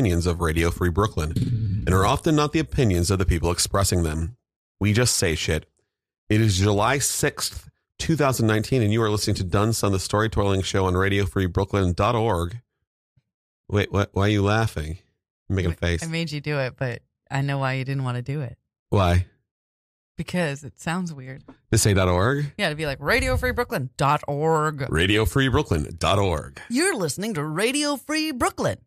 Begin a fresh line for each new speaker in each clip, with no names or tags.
opinions of Radio Free Brooklyn and are often not the opinions of the people expressing them. We just say shit. It is July 6th, 2019, and you are listening to Dunson, the storytelling show on radiofreebrooklyn.org. Wait, what, why are you laughing? You're making a face.
I made you do it, but I know why you didn't want to do it
why?
because it sounds weird.
To say .org?
Yeah, to be like radiofreebrooklyn.org.
RadioFreeBrooklyn.org.
You're listening to Radio Free Brooklyn.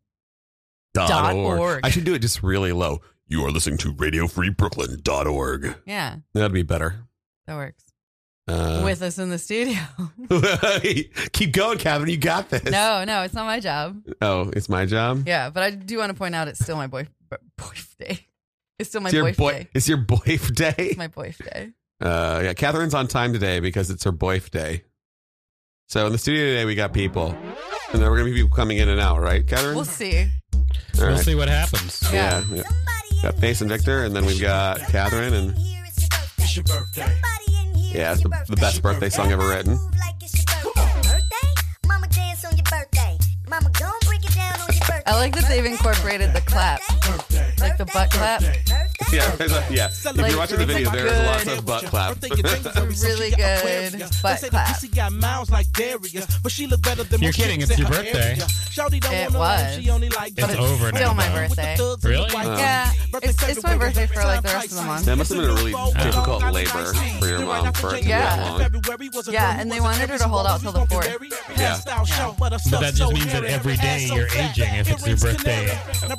Dot
Dot
org.
org.
I should do it just really low. You are listening to RadioFreeBrooklyn.org.
Yeah,
That'd be better.
that works.
Uh,
With us in the studio.
keep going, Kevin. You got this.
no, no, it's not my job.
Oh, it's my job.
Yeah, but I do want to point out it's still my boy b- boyf day. It's still my
it's your
boyf day.
It's your boyf day.
It's my boyf day.
Uh, yeah, Catherine's on time today because it's her boyf day. So in the studio today, we got people, and there were gonna be people coming in and out, right, Catherine?
We'll see.
All
We'll
right.
see what happens.
Yeah. yeah. Got Mason Victor, and then we've got Catherine, and
It's your birthday.
yeah, it's the, the best birthday song ever written.
I like that they've incorporated the clap,
Birthday.
like the butt clap.
Yeah, there's a, yeah. If you're watching the video, there's lots of butt claps.
Really good butt clap.
You're kidding, it's your birthday.
It was.
It's over
It's
now.
still my
though.
birthday.
Really? Oh.
Yeah, it's, it's my birthday for like the rest of the month.
That must have been a really difficult labor for your mom for it to
Yeah.
be that long.
Yeah, and they wanted her to hold out till the fourth.
Yeah.
But that just means that every day you're aging if it's your birthday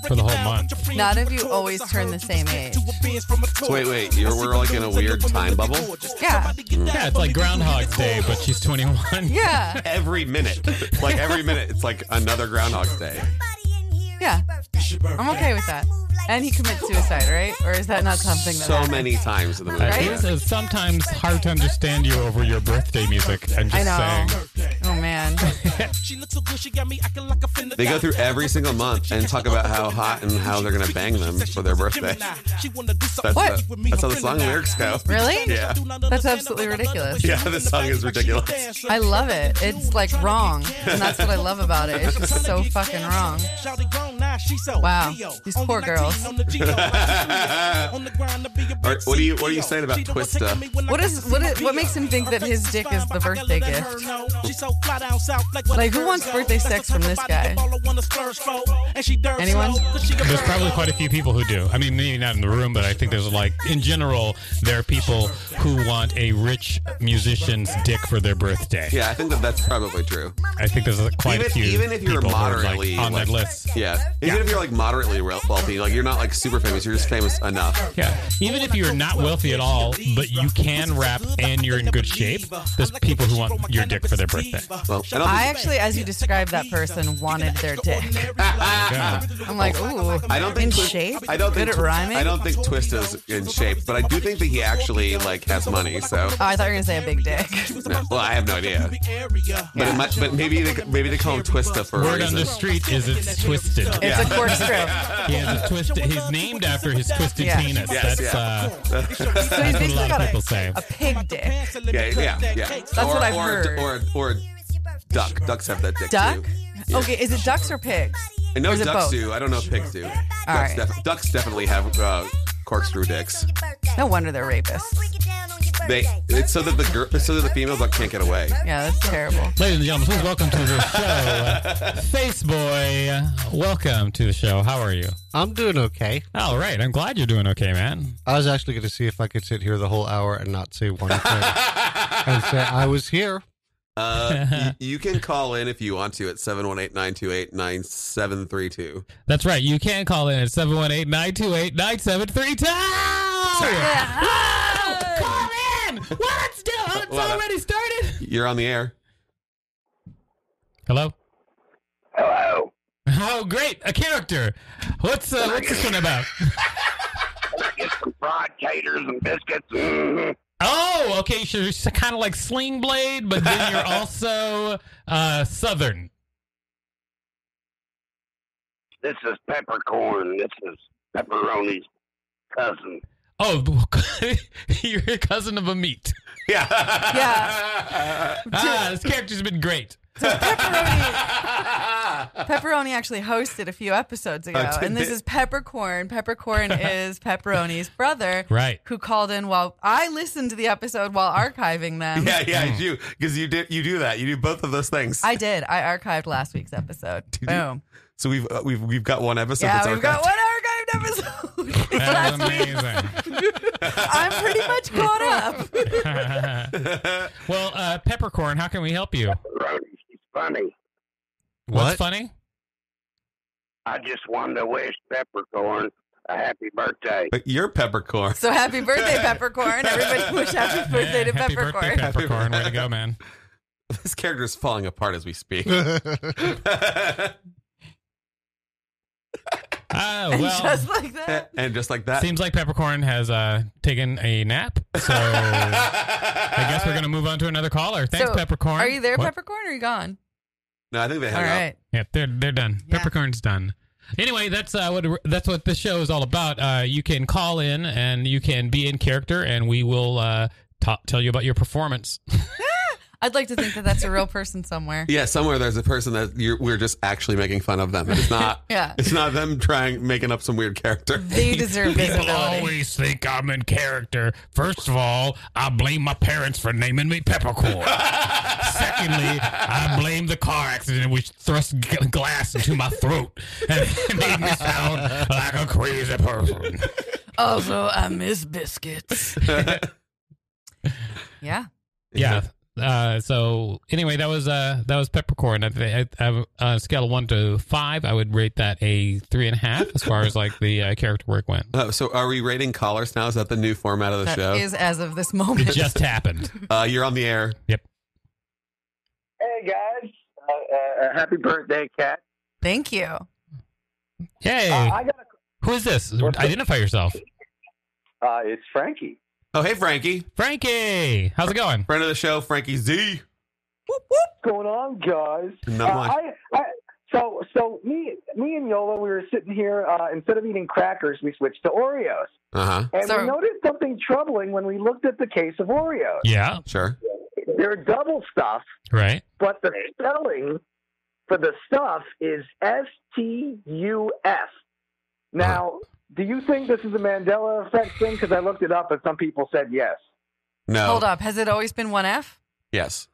for the whole month.
Not if you always turn the same age.
wait, wait, you're- we're like in a weird time bubble?
Yeah.
Yeah, it's like Groundhog Day, but she's 21.
Yeah.
Every minute, like every minute, it's like another Groundhog's Day.
Yeah.
I'm okay with that. And he commits suicide, right? Or is that not something that
So
happened?
many times in the movie.
I think
yeah.
it's- it's uh, sometimes hard to understand you over your birthday music. I'm
I
just
know.
saying.
Oh man.
They go through every single month and talk about how hot and how they're gonna bang them for their birthday. That's
What?
the- that's how the song lyrics go.
Really?
Yeah.
That's absolutely ridiculous.
Yeah, this song is ridiculous.
I love it. It's like wrong. And that's what I love about it. It's just so fucking wrong. Wow. These poor girls.
All right, what do you what are you saying about Twista?
What is what is, what makes him think that his dick is the birthday gift? Like who wants birthday sex from this guy? Anyone?
There's probably quite a few people who do. I mean, maybe not in the room, but I think there's like, in general, there are people who want a rich musician's dick for their birthday.
Yeah, I think that that's probably true.
I think there's like, quite a
Even-
few
even if you're
people who are, like,
moderately,
on
like-
that list.
Yeah, even if you're like moderately re- wealthy, like you're not like super famous, you're just famous enough.
Yeah, even if you're
oh,
not wealthy at all, but you can rap and you're in good shape, there's people who want your dick for their birthday.
Well, I don't
I
think,
actually, as you described that person, wanted their dick.
Yeah.
I'm like, ooh.
I don't think
in
Twi-
shape.
Ah, I don't
good
think
at
Twi-
rhyming.
I don't think Twista's in shape, but I do think that he actually like has money. So
Oh, I thought you were gonna say a big dick.
no, well, I have no idea. But it might, but maybe they, maybe they call him Twista for a
Word on
reason.
the street is it's twisted.
It's a corkscrew.
He has a twist. He's named after his twisted
Yeah.
penis.
Yes,
That's uh,
So he's
what a
basically
lot of
got
people
a,
say.
a pig dick.
Yeah, yeah, yeah. That's or,
what I've
or,
heard.
Or or duck. Ducks have that dick
Duck?
too. Yeah.
Okay, is it ducks or pigs?
And no
Or is it
ducks
both?
do. I don't know if pigs do. ducks,
right.
def- ducks definitely have uh, corkscrew dicks.
No wonder they're rapists.
They it's so that the girl, so that the females like can't get away.
Yeah, that's terrible.
Ladies and gentlemen, please welcome to the show, uh, Face Boy. Welcome to the show. How are you?
I'm doing okay.
All right. I'm glad you're doing okay, man.
I was actually going to see if I could sit here the whole hour and not say one thing and say I was here.
Uh, you, you can call in if you want to at 718-928-9732.
That's right. You can call in at 718-928-9732. Oh, Call in. Well, let's do it. It's
Well, that-
already started.
You're on the air.
Hello. Hello. Oh, great! A character. What's uh, what's this one about?
fried taters and biscuits. Mhm.
Oh, okay. So you're kind of like Sling Blade, but then you're also uh, Southern.
This is peppercorn. This is pepperoni's cousin.
Oh, you're a cousin of a meat.
Yeah.
Yeah.
Ah, this character's been great.
Pepperoni. Pepperoni actually hosted a few episodes ago,
did
and this
they?
is Peppercorn. Peppercorn is Pepperoni's brother,
Right.
Who called in while I listened to the episode while archiving them.
yeah, yeah, it's you because you did you do that. You do both of those things.
I did. I archived last week's episode.
you?
Boom.
so we've uh, we've we've got one episode.
yeah,
that's
we've
archived.
got one archived episode.
That
Last
was
week.
amazing.
I'm pretty much caught up.
well, uh, Peppercorn, how can we help you?
Brody, she's funny.
What's
What?
funny?
I just wanted to wish Peppercorn a happy birthday.
But you're peppercorn.
So happy birthday, Peppercorn! Everybody wish happy birthday to
Yeah, happy
Peppercorn.
birthday, Peppercorn. Way to go, man.
This character is falling apart as we speak.
Oh,
And
well.
just like that.
and just like that,
Seems like Peppercorn has uh, taken a nap, so I guess we're gonna move on to another caller. Thanks,
So,
Peppercorn.
Are you there,
What?
Peppercorn? Or are you gone?
no, I think they
All
hung
right.
Yeah, they're they're done.
Yeah.
Peppercorn's done. Anyway, that's uh, what that's what this show is all about. Uh, you can call in and you can be in character, and we will uh, ta tell you about your performance.
I'd like to think that that's a real person somewhere.
up. Yeah, somewhere there's a person that you're, we're just actually making fun of them. It's not.
Yeah.
it's not them trying making up some weird character.
They deserve
People
visibility.
always think I'm in character. First of all, I blame my parents for naming me Peppercorn. Secondly, I blame the car accident which thrust g- glass into my throat and made me sound like a crazy person.
Also, I miss biscuits. yeah.
yeah. Uh, so anyway, that was uh that was peppercorn. I think I- I- on a scale of one to five, I would rate that a three and a half as far as like the uh, character work went.
Uh, so, are we rating callers now? Is that the new format of the
that is
show?
as of this moment.
It just happened.
uh, you're on the air.
Hey, guys. Uh, uh, happy birthday, Cat.
Thank you.
Hey,
Uh,
I got
who is this? Identify yourself,
a, uh, it's Frankie.
Oh, hey, Frankie,
Frankie. How's it going?
friend of the show, Frankie Z.
What's going on, guys?
Not
Uh,
much.
I, I, so, so me, me and Yola, we were sitting here. Uh, instead of eating crackers, we switched to Oreos,
Uh huh.
and
So-
we noticed something troubling when we looked at the case of Oreos.
Yeah,
Sure.
They're double stuff,
right.
but the spelling for the stuff is S T U F. Now, do you think this is a Mandela effect thing? Because I looked it up, and some people said yes.
Oh.
No.
Hold up. Has it always been 1F?
Yes.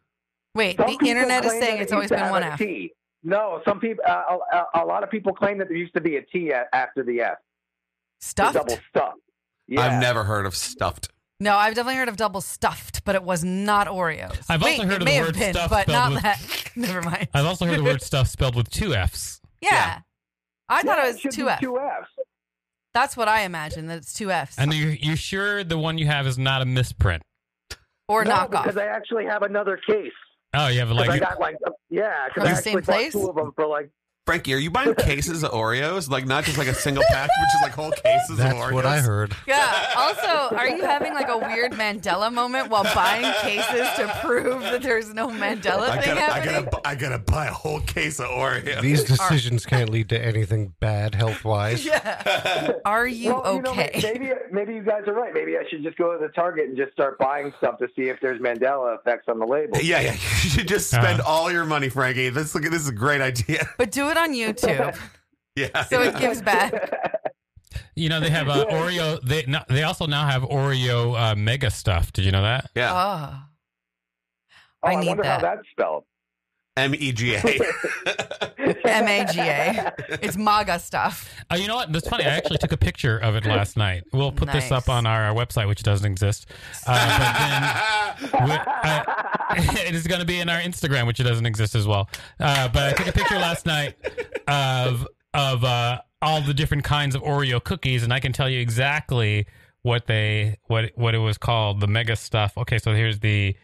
Wait,
Some
the
people
internet is
claim
saying
that
it's
it
always
used to
been
have
1F.
a T. No, some people, uh, a, a- a lot of people claim that there used to be a T a- after the F. the Double
Stuffed?
stuff. Yeah.
I've never heard of stuffed.
No, I've definitely heard of double stuffed, but it was not Oreos.
I've
Wait,
also heard
it
of
may
the
have
word
been,
stuffed
but
spelled
not
with-
that. Never mind.
I've also heard the word stuff spelled with two F's.
Yeah.
Yeah.
I thought
Yeah,
it
should
was
be
2F.
Two Fs.
That's what I imagine, that it's 2Fs.
And you're, you're sure the one you have is not a misprint?
or
no,
knockoff.
because I actually have another case.
Oh, you have
'Cause
like
I got like, uh, yeah,
From
because I
the same
actually
place?
bought two of them for like.
Frankie, are you buying cases of Oreos? Like not just like a single pack, but just like whole cases
That's
of Oreos.
what I heard.
Yeah. Also, are you having like a weird Mandela moment while buying cases to prove that there's no Mandela
I
thing
gotta, I
happening?
gotta, bu- I gotta buy a whole case of Oreos.
These decisions can't lead to anything bad health wise.
yeah. Are you
well, you know,
okay?
maybe maybe you guys are right. Maybe I should just go to the Target and just start buying stuff to see if there's Mandela effects on the label.
yeah, yeah. You should just spend
Uh-huh.
all your money, Frankie. This look, this is a great idea.
but do it on YouTube
Yeah.
so it gives back.
You know they have uh, Oreo. They no, they also now have Oreo uh, mega stuff. Did you know that?
yeah.
Oh.
Oh,
I
I,
need
wonder
that.
how that's spelled.
M E G A.
Uh, M A G A. It's MAGA stuff.
Uh, you know what? That's funny. I actually took a picture of it last night. We'll put this
Nice.
up on our, our website, which doesn't exist. Uh, but then we- uh, it is going to be in our Instagram, which doesn't exist as well. Uh, but I took a picture last night of of uh, all the different kinds of Oreo cookies, and I can tell you exactly what they what what it was called. The mega stuff. Okay, so here's the.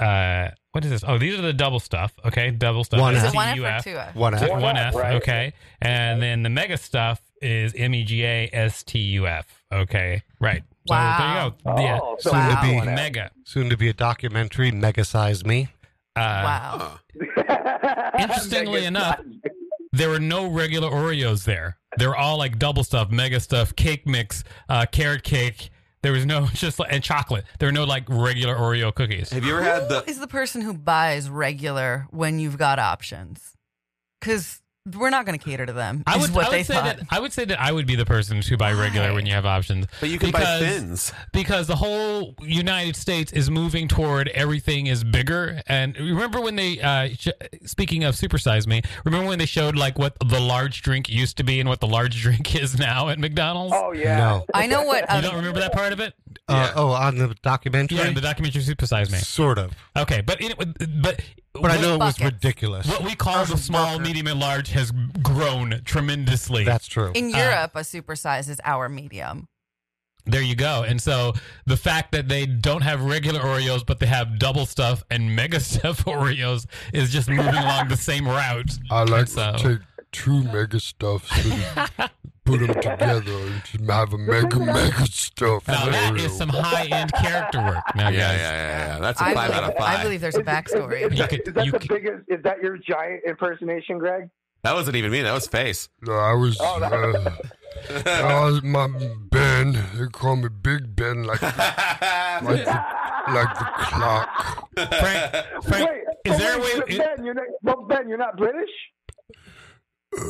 Uh, what is this? Oh, these are the double stuff. Okay, double stuff.
One
Is
F.
it 1F or
STUF.
2F?
One
One,
F.
F,
right.
okay. And then the mega stuff is M E G A S T U F. Okay, right. So
Wow.
there you go. yeah.
Oh, so
Wow.
it's
Would be-
one F.
Mega.
Soon to be a documentary, Mega Size Me.
Uh,
Wow.
Interestingly
Mega's
enough,
not-
there were no regular Oreos there. They were all like double stuff, mega stuff, cake mix, uh, carrot cake. There was no just like and chocolate. There were no like regular Oreo cookies.
Have you ever had the?
Is the person who buys regular when you've got options? Because we're not going to cater to them.
I
is
would,
what
I would
they
say
thought.
that I would say that I would be the person to buy regular
Why?
when you have options.
But you can buy
Because-
thins.
because the whole United States is moving toward everything is bigger. And remember when they, uh, sh- speaking of supersize me, remember when they showed like what the large drink used to be and what the large drink is now at McDonald's?
Oh yeah.
No.
I know what.
you don't
Um,
remember that part of it?
Uh, oh, on the documentary?
Yeah, in the documentary Supersize Me.
Sort of.
Okay, but it, but
But I know it was
buckets.
ridiculous.
what we call the small, medium, and large has grown tremendously.
That's true.
in Europe, a supersize is our medium.
There you go. And so the fact that they don't have regular Oreos, but they have double stuff and mega stuff Oreos is just moving along the same route.
I like
So-
to take two mega stuffs and put them together and just have a mega mega stuff.
Now that
Oreo.
is some high end character work. Now,
Yeah, yeah,
guys.
yeah, yeah. That's a
I
five
believe,
out of
I
five.
believe there's a
Is,
backstory.
You
that-
could-
is that
you
the
could-
biggest? Is that your giant impersonation, Greg?
that wasn't even me. That was face.
No, I was. uh, I was my Ben. They call me Big Ben, like like the, like the clock.
Frank, Frank
Wait,
is
but
there a
wait,
way?
but Ben, you're not, but Ben, you're not British.
Is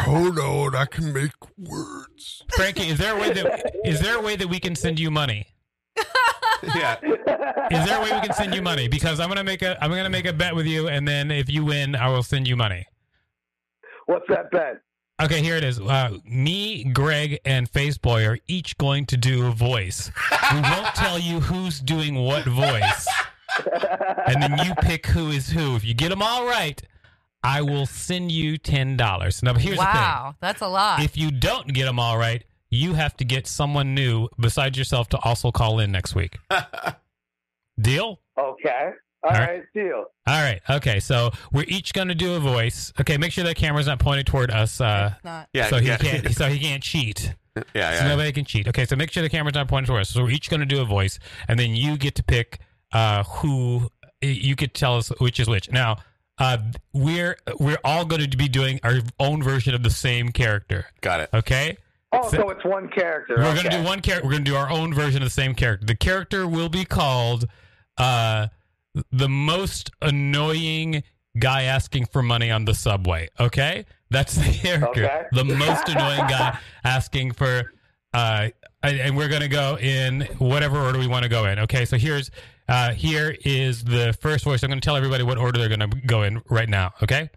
hold on, I can make words.
Frankie, is there a way that is there a way that we can send you money?
yeah.
Is there a way we can send you money? Because I'm gonna make a I'm gonna make a bet with you, and then if you win, I will send you money.
What's that bet?
Okay, here it is. Uh, me, Greg, and Faceboy are each going to do a voice. We won't tell you who's doing what voice. And then you pick who is who. If you get them all right, I will send you $10. Now, here's
Wow, that's a
the
lot.
thing. If you don't get them all right, you have to get someone new besides yourself to also call in next week. Deal?
Okay.
All
All
right.
right, deal.
All right. Okay. So we're each going to do a voice. Okay. Make sure that camera's not pointed toward us. Uh,
It's not.
Yeah.
so he
yeah.
can't. So he can't cheat.
Yeah,
So
yeah.
nobody can cheat. Okay, so make sure the camera's not pointed towards us. So we're each going to do a voice, and then you get to pick uh, who you could tell us which is which. Now, uh, we're we're all going to be doing our own version of the same character.
Got it.
Okay,
Oh, so it's one character.
we're
okay.
going to do one character. We're going to do our own version of the same character. The character will be called uh, the most annoying guy asking for money on the subway. Okay, that's the character.
Okay.
The most annoying guy asking for. Uh, and, and we're going to go in whatever order we want to go in. Okay, so here's uh, here is the first voice. I'm going to tell everybody what order they're going to go in right now. Okay.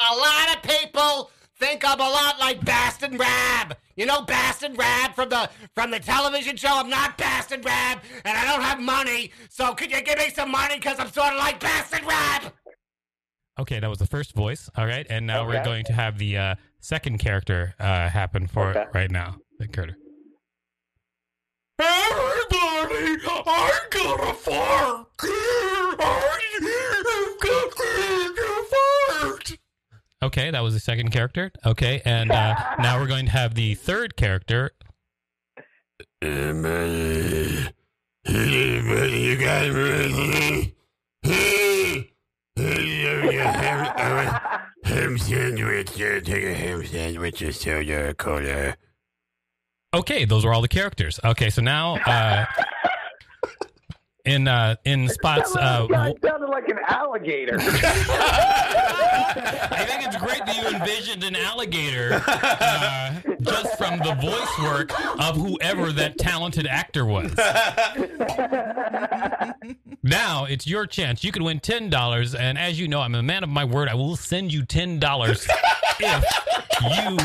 A lot of people think I'm a lot like Bastin Rab. You know Bastin Rab from the from the television show. I'm not Bastin Rab, and I don't have money. So could you give me some money? Cause I'm sort of like Bastin Rab.
Okay, that was the first voice. All right, and now we're
Okay.
going to have the uh, second character uh, happen for
Okay.
right now. The character. Everybody, I got a fart. I got a fart. Okay, that was the second character. Okay, and uh, now we're going to have the third character.
Anybody, anybody, you guys ready? Hey, hey, you have a ham sandwich. uh, Take a ham sandwich and soda cola.
Okay, those were all the characters. Okay, so now uh, in uh, in
That
spots.
little
Uh,
guy sounded like an alligator.
I think it's great that you envisioned an alligator uh, just from the voice work of whoever that talented actor was. now it's your chance. You can win ten dollars, and as you know, I'm a man of my word. I will send you ten dollars if you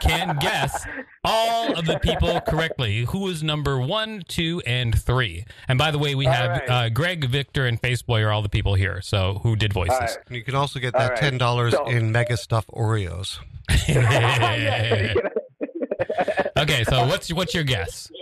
can guess all of the people correctly. Who is number one, two, and three? And by the way, we have
right.
uh, Greg, Victor, and Faceboy are all the people here. So who did voices?
right.
And you can also get
All
that
right.
ten dollars
So-
in mega stuff Oreos.
okay, so what's what's your guess?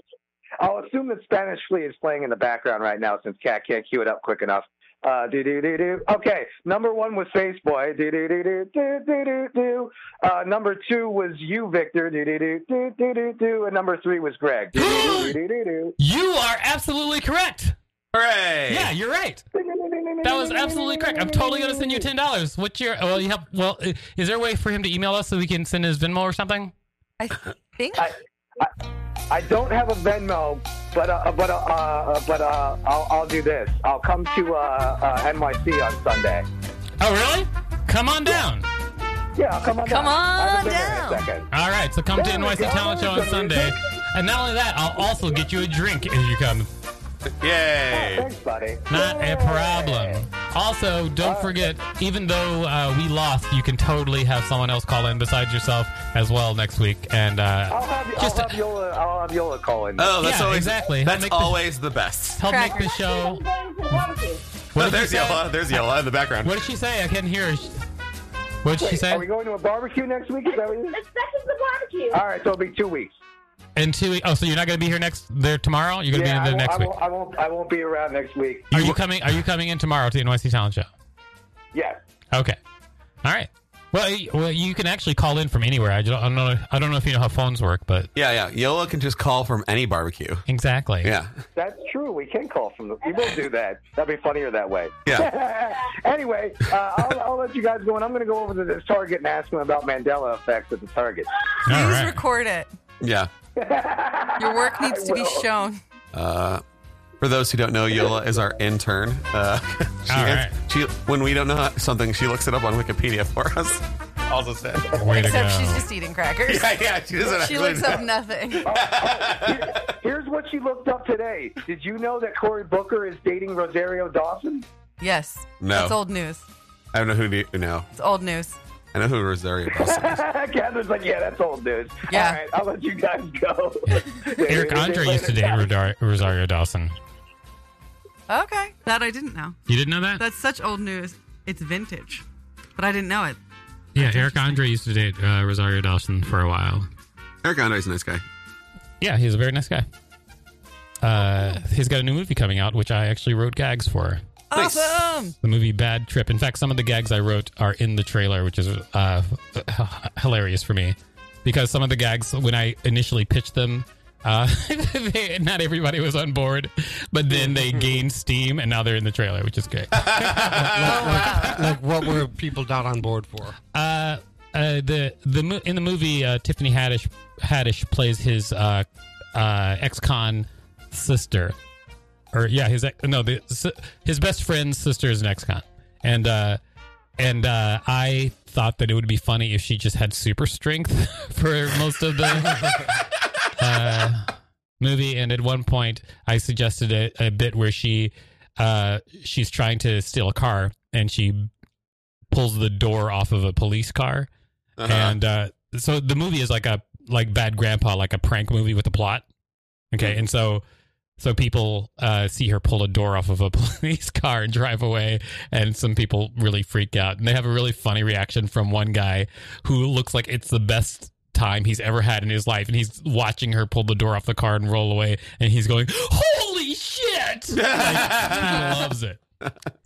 I'll assume the Spanish Flea is playing in the background right now since Cat can't cue it up quick enough. Uh, do do do do. Okay, number one was Face Boy. Do do do do do do do do. Uh, number two was you, Victor. Do do do do do do do. And number three was Greg. Do do do do do.
You are absolutely correct.
Hooray.
Yeah, you're right.
do.
That was absolutely correct. I'm totally gonna send you ten dollars. What's your well? You have well. i- Is there a way for him to email us so we can send his Venmo or something?
I think.
I- I don't have a Venmo, but uh, but uh, uh, but uh, I'll, I'll do this. I'll come to uh, uh, NYC on Sunday.
Oh, really? Come on down.
Yeah, I'll come on.
Come
down. I
on
haven't been there in a
down.
second.
All right, so come to
There we
NYC
go.
Talent Show on
There's some
Sunday.
music.
And not only that, I'll also get you a drink as you come.
Yay!
Thanks, buddy.
Not a problem. Also, don't forget, even though uh, we lost, you can totally have someone else call in besides yourself as well next week. And uh,
I'll have,
Just
I'll have Yola. I'll have Yola call in.
Oh, that's
Yeah,
always
exactly.
That's
Make the-
always the best.
help make the show. What
Oh,
did
there's
she say?
Yola. There's Yola in the background.
What did she say? I couldn't hear. her. What did she
Wait,
say?
Are we going to a barbecue next week? Is that what it is?
the barbecue.
All right, so it'll be two weeks.
In two weeks. Oh, so you're not going to be here next there tomorrow. You're going to
yeah,
be in there
I,
next week.
won't, I, won't, I won't. I won't be around next week.
Are you coming? Are you coming in tomorrow to NYC Talent Show?
Yes.
Okay. All right. Well, you, well, you can actually call in from anywhere. I, don't, I don't know. I don't know if you know how phones work, but
Yeah, yeah. Yola can just call from any barbecue.
exactly.
Yeah,
That's true. We can call from the. We will do that. That'd be funnier that way.
yeah.
anyway, uh, I'll, I'll let you guys go, and I'm going to go over to this Target and ask them about Mandela effects at the Target.
All
Please
right.
record it.
Yeah.
Your work needs to be
will.
shown.
Uh, for those who don't know, Yola is our intern. Uh, she,
All right.
she when we don't know something, she looks it up on Wikipedia for us. Also said.
Way to
Except
go.
she's just eating crackers.
Yeah, yeah. She doesn't.
She
actually
looks up
know.
nothing.
Here's what she looked up today. Did you know that Cory Booker is dating Rosario Dawson?
Yes.
No.
That's old news.
I don't know who. do- No,
It's old news.
I know who Rosario Dawson is.
Catherine's like, yeah, that's old news.
Yeah.
All right, I'll let you guys go.
Eric Andre used to date Rodar- Rosario Dawson.
Okay. That I didn't know.
You didn't know that?
That's such old news. It's vintage. But I didn't know it.
yeah, Eric Andre used to date uh, Rosario Dawson for a while.
Eric Andre's a nice guy.
Yeah, he's a very nice guy. Uh, he's got a new movie coming out, which I actually wrote gags for.
Nice.
Awesome.
The movie Bad Trip. In fact, some of the gags I wrote are in the trailer, which is uh, hilarious for me because some of the gags, when I initially pitched them, uh, they, not everybody was on board, but then they gained steam and now they're in the trailer, which is great.
Like, what were people not on board for?
uh, uh, the the mo- in the movie uh, Tiffany Haddish Haddish plays his uh, uh, ex-con sister, or yeah, his ex- no the, s- his best friend's sister is an ex-con, and uh, and uh, I thought that it would be funny if she just had super strength for most of the. uh, movie and at one point i suggested a, a bit where she uh she's trying to steal a car and she pulls the door off of a police car
Uh-huh.
and uh so the movie is like a like bad grandpa like a prank movie with a plot okay and so so people uh see her pull a door off of a police car and drive away and some people really freak out and they have a really funny reaction from one guy who looks like it's the best time he's ever had in his life and he's watching her pull the door off the car and roll away and he's going holy shit like, he loves it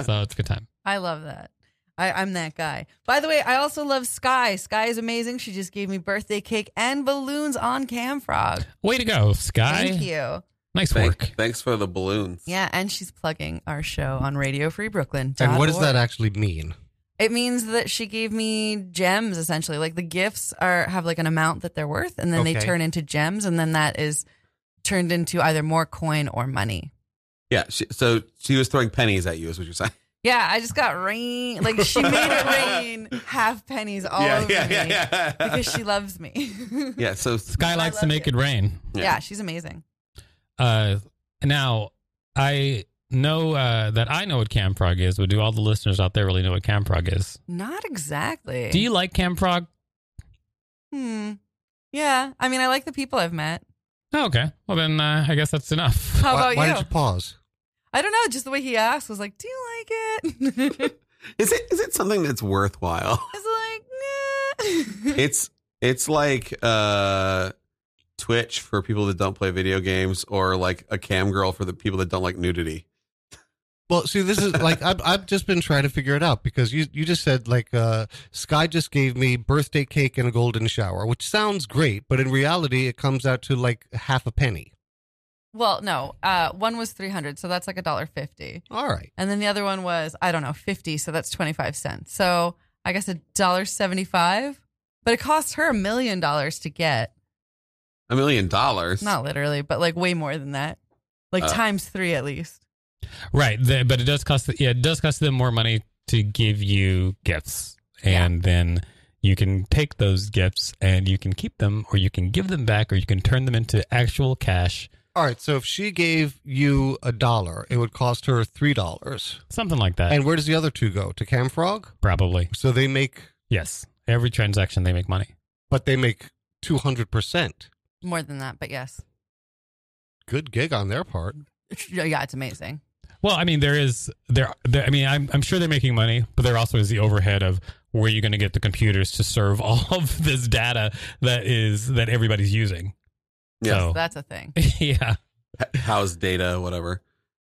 so it's a good time
I love that. I, I'm that guy. By the way, I also love Sky. Sky is amazing. She just gave me birthday cake and balloons on Camfrog.
way to go sky
Thank you.
nice
Thank-
work
thanks for the balloons.
Yeah, and she's plugging our show on Radio Free Brooklyn.
And what does that actually mean?
It means that she gave me gems essentially. Like the gifts are have like an amount that they're worth, and then they
Okay.
turn into gems, and then that is turned into either more coin or money.
Yeah. She, so she was throwing pennies at you, is what you're saying.
Yeah, I just got rain. Like she made it rain half pennies all over me
yeah.
Oh, because she loves me.
yeah. So
sky likes to
love
make
you.
it rain
Yeah.
yeah, she's amazing.
Uh, now I know uh, that I know what Camfrog is, but do all the listeners out there really know what Camfrog is?
Not exactly.
Do you like Camfrog?
Hmm. Yeah, I mean, I like the people I've met.
Oh, okay. Well, then uh, I guess that's enough.
How
why
about
why
you?
did you pause?
I don't know. Just the way he asked was like, "Do you like it?"
is it is it something that's worthwhile?
I was like, nah.
It's it's like uh, Twitch for people that don't play video games, or like a cam girl for the people that don't like nudity.
Well, see, this is like I've, I've just been trying to figure it out because you you just said like uh, Sky just gave me birthday cake and a golden shower, which sounds great, but in reality, it comes out to like half a penny.
Well, no. Uh, one was three hundred, so that's like a dollar fifty,
All right,
and then the other one was I don't know fifty, so that's twenty five cents. So I guess a dollar seventy five, but it cost her a million dollars to get.
A million dollars.
Not literally, but like way more than that. Like
Uh,
times three at least.
Right, the, but it does cost. The, yeah, it does cost them more money to give you gifts, and then you can take those gifts and you can keep them, or you can give them back, or you can turn them into actual cash,
All right, so if she gave you a dollar, it would cost her three dollars.
something like that.
And where does the other two go? To Camfrog?
probably
So they make,
yes. Every transaction they make money.
but they make two hundred percent.
More than that, but yes.
Good gig on their part.
Yeah, it's amazing.
Well, I mean, there is there. there I mean, I'm I'm sure they're making money, but there also is the overhead of where you're going to get the computers to serve all of this data that is that everybody's using.
Yeah.
So that's a thing.
So, yeah.
H- How's data, whatever.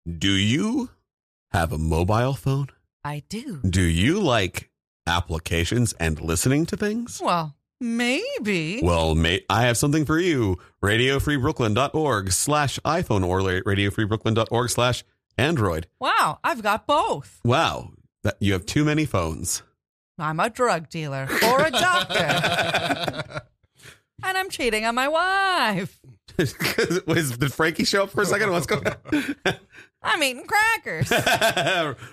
Do you have a mobile phone?
I do.
Do you like applications and listening to things?
Well, maybe.
Well, mate, I have something for you. RadioFreeBrooklyn.org slash iPhone or la- RadioFreeBrooklyn.org slash Android.
Wow, I've got both.
Wow. That, you have too many phones.
I'm a drug dealer or a doctor, and I'm cheating on my wife.
Was, did Frankie show up for a second? What's going on?
I'm eating crackers.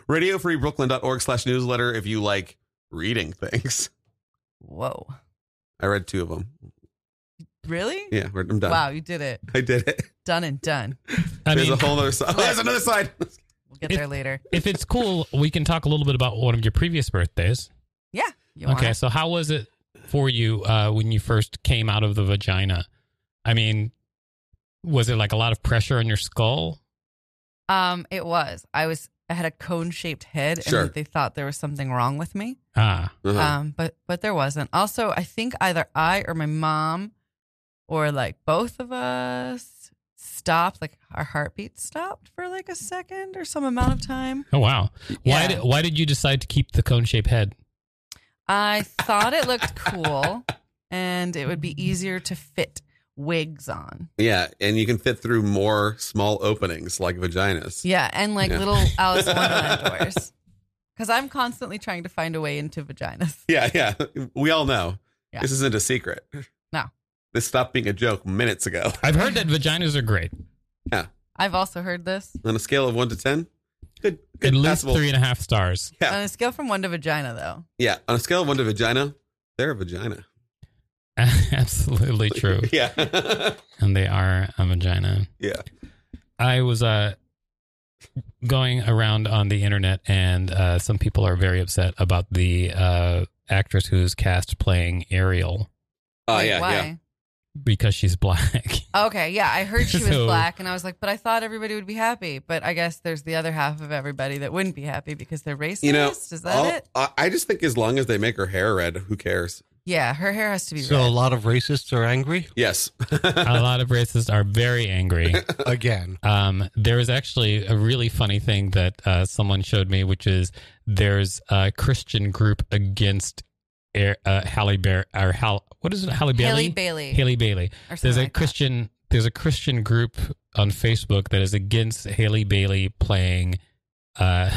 RadioFreeBrooklyn.org slash newsletter if you like reading things.
Whoa.
I read two of them.
Really?
Yeah, we're- I'm done.
Wow, you did it.
I did it.
Done and done.
I
there's
mean,
a whole other side. Oh, there's another side.
We'll get
It-
there later.
if it's cool, we can talk a little bit about one of your previous birthdays.
Yeah. You
okay,
wanna?
so how was it for you uh, when you first came out of the vagina? I mean, was it like a lot of pressure on your skull?
Um, it was. I was. I had a cone shaped head,
Sure.
and they thought there was something wrong with me.
Ah,
Uh-huh.
Um, but but there wasn't. Also, I think either I or my mom, or like both of us, stopped. Like our heartbeat stopped for like a second or some amount of time.
oh wow. Why
Yeah.
did why did you decide to keep the cone shaped head?
I thought it looked cool, and it would be easier to fit wigs on.
yeah, and you can fit through more small openings like vaginas.
Yeah, and like
Yeah.
little Alice in Wonderland doors. Because I'm constantly trying to find a way into vaginas.
Yeah, yeah. We all know.
Yeah.
This isn't a secret.
No.
This stopped being a joke minutes ago.
I've heard that vaginas are great.
I've also heard this.
On a scale of one to 10, good, good,
At least
passable.
three and a half stars.
Yeah.
On a scale from one to vagina, though.
Yeah, on a scale of one to vagina, they're a vagina.
Absolutely true.
Yeah.
and they are a vagina.
yeah.
I was uh, going around on the internet, and uh, some people are very upset about the uh, actress who's cast playing Ariel
Oh,
Like,
yeah,
why?
yeah.
because she's black.
Okay, yeah, I heard she was
So-
black, and I was like, but I thought everybody would be happy. But I guess there's the other half of everybody that wouldn't be happy because they're racist.
You know,
Is that
I'll-
it?
I, I just think as long as they make her hair red, who cares?
Yeah, her hair has to be
So a
red.
lot of racists are angry
Yes. Uh,
a lot of racists are very angry.
again.
Um, there is actually a really funny thing that uh, someone showed me, which is there's a Christian group against Air, uh, Halle Berry or Hal. What is it? Halle Bailey.
Haley Bailey.
Haley Bailey.
or
There's
something
a
like that.
Christian. There's a Christian group on Facebook that is against Haley Bailey playing uh,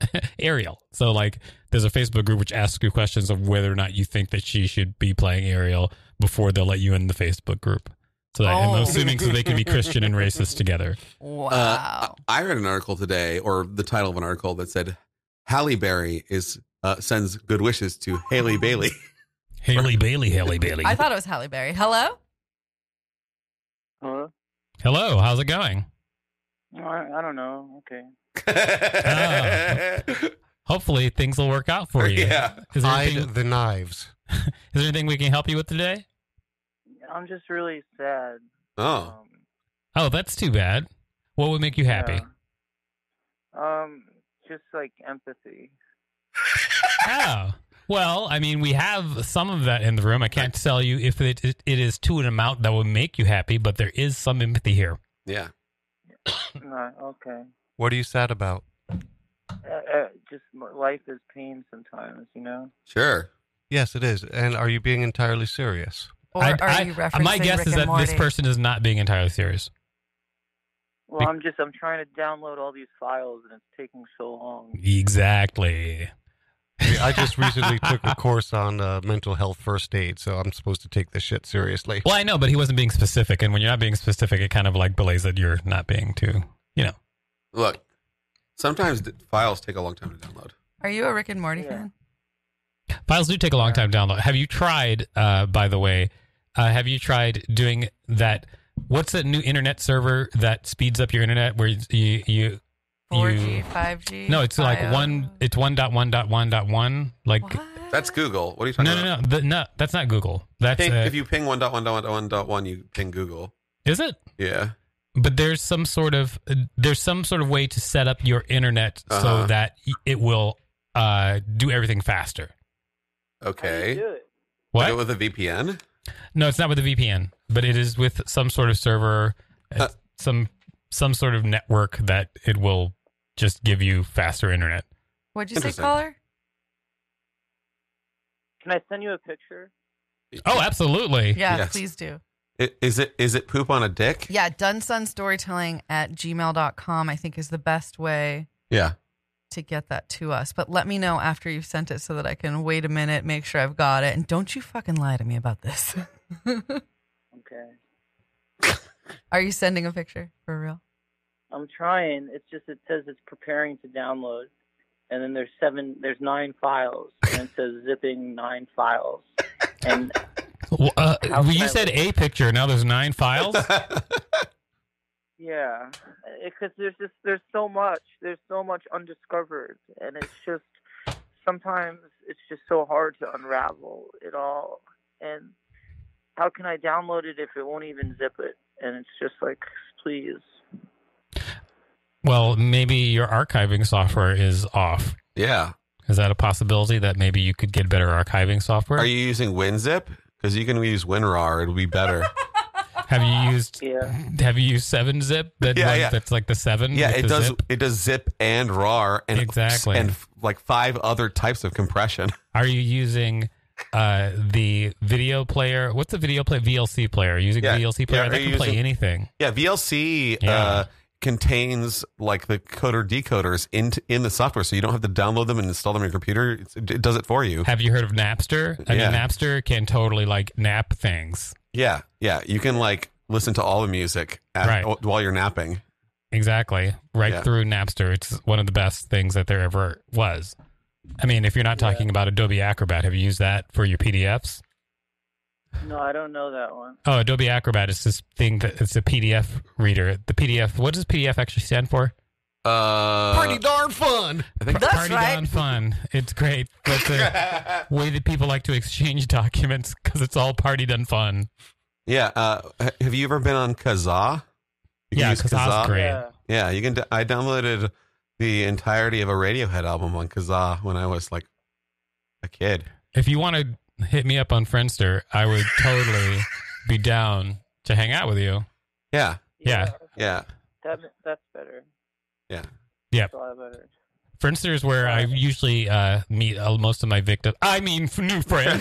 Ariel. So like, there's a Facebook group which asks you questions of whether or not you think that she should be playing Ariel before they'll let you in the Facebook group. So that, and
Oh.
I'm assuming so they can be Christian and racist together.
Wow.
I I read an article today, or the title of an article that said Halle Berry is uh, sends good wishes to Haley Bailey.
Haley Bailey, Haley Bailey.
I thought it was Halle Berry. Hello?
Hello?
Hello, how's it going?
No, I, I don't know. Okay.
Hopefully things will work out
Uh,
for Oh. you.
Yeah.
Is there, anything,
Hide the knives.
is there anything we can help you with today?
I'm just really sad.
Oh,
Um,
Oh, that's too bad. What would make you happy?
yeah. Um, just like empathy.
Oh. Well, I mean, we have some of that in the room. I can't tell you if it, it, it is to an amount that will make you happy, but there is some empathy here.
yeah.
No, okay.
What are you sad about?
Uh, uh, just m- life is pain sometimes, you know.
Sure.
Yes, it is. And are you being entirely serious?
Or
I-
are
I-
you referencing
my guess
Rick
is
and
that this
Morty?
person is not being entirely serious.
Well, I'm just I'm trying to download all these files and it's taking so long.
Exactly.
We I, I just recently took a course on uh, mental health first aid, so I'm supposed to take this shit seriously.
Well, I know, but he wasn't being specific, and when you're not being specific, it kind of like belays that you're not being too. You know,
Look, sometimes d- files take a long time to download.
Are you a Rick and Morty fan?
files do take a long time to download. Have you tried? Uh, by the way, uh, have you tried doing that? What's that new internet server that speeds up your internet where you you
4G,
you-
5G?
No, it's like
Fios?
one. It's one dot one dot one dot one. Like
That's Google. What are you
no,
talking
no,
about?
no, the, no. That's not Google. That's
Ping-
uh,
if you ping 1.1.1.1, you ping Google.
is it?
Yeah.
But there's some sort of there's some sort of way to set up your internet
Uh-huh.
so that y- it will uh, do everything faster.
Okay.
What?
Like with a VPN?
No, it's not with a VPN, but it is with some sort of server, uh, some some sort of network that it will just give you faster internet.
What'd you say,
Interesting.
caller?
Can I send you a picture?
Oh, absolutely.
Yeah, please do.
I- Is it is it poop on a dick?
Yeah, storytelling at gmail.com, I think, is the best way
Yeah.
to get that to us. But let me know after you've sent it so that I can wait a minute, make sure I've got it. And don't you fucking lie to me about this.
Okay.
Are you sending a picture for real?
I'm trying. It's just it says it's preparing to download, and then there's seven, there's nine files, and it says zipping nine files. And
Well, uh,
How
well,
can
you
I
said a picture. Now there's nine files.
yeah, because there's just there's so much, there's so much undiscovered, and it's just sometimes it's just so hard to unravel it all. And how can I download it if it won't even zip it? And it's just like, please.
well, maybe your archiving software is off.
Yeah.
Is that a possibility that maybe you could get better archiving software?
Are you using WinZip? Because you can use WinRAR. It'll be better.
have you used Have you used Seven Zip? That
Yeah,
one
yeah.
That's Mm, like the seven.
yeah,
with
it
the
does.
zip?
It does zip and RAR and
Exactly.
and f- like five other types of compression.
Are you using uh, the video player? What's the video player? VLC player. Are you using
Yeah.
VLC
Yeah,
player?
are
that
you
can play
using-
anything.
Yeah, VLC Uh,
Yeah.
contains like the coder decoders in in the software, so you don't have to download them and install them on your computer. It's, it does it for you.
Have you heard of Napster? I
Yeah.
mean, Napster can totally like nap things.
Yeah, yeah, you can like listen to all the music at,
Right.
while you're napping.
Exactly. Right
Yeah.
through Napster. It's one of the best things that there ever was. I mean, if you're not talking about Adobe Acrobat, have you used that for your PDFs?
No, I don't know that one.
Oh, Adobe Acrobat is this thing that it's a PDF reader. The PDF. What does PDF actually stand for?
Uh,
Pretty darn fun.
I think
Party Down Fun. It's great. That's the way that people like to exchange documents because it's all party done fun.
Yeah. Uh, ha- have you ever been on Kazaa? You can
Yeah,
use
Kazaa's great.
Yeah.
Yeah.
you can. d- I downloaded the entirety of a Radiohead album on Kazaa when I was like a kid.
If you want to hit me up on Friendster, I would totally be down to hang out with you.
Yeah.
Yeah.
Yeah.
That that's better.
Yeah.
Yeah.
That's a lot better.
Friendster is where I usually uh, meet uh, most of my victims. I mean, f- new friends.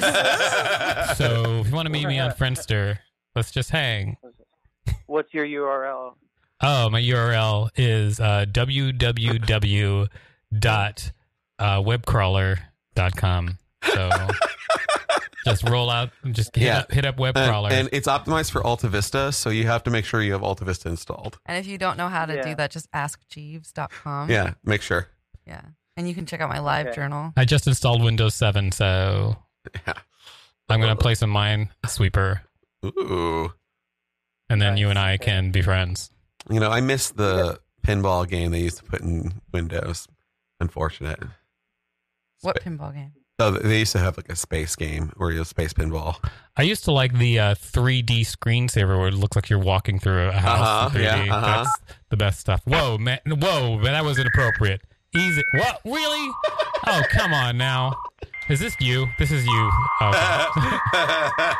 so if you want to meet me on Friendster, let's just hang.
What's your URL?
Oh, my URL is uh, uh, www.webcrawler.com. So just roll out, just hit,
yeah.
up, hit up
And-
webcrawler.
And, it's optimized for Alta Vista, so you have to make sure you have Alta Vista installed.
And if you don't know how to
Yeah.
do that, just ask jeeves.com.
Yeah, make sure.
Yeah. And you can check out my live journal.
I just installed Windows 7, so I'm going to play some Mine Sweeper,
Ooh.
and then you and I can be friends.
You know, I miss the pinball game they used to put in Windows. Unfortunate.
What pinball game?
So they used to have like a space game where you have space pinball.
I used to like the uh, 3D screensaver where it looks like you're walking through a
Uh-huh,
house. in 3D.
yeah, uh-huh.
That's the best stuff. Whoa, man! Whoa, man! That was inappropriate. Easy. What? Really? Oh, come on now. Is this you? This is you. Oh, okay.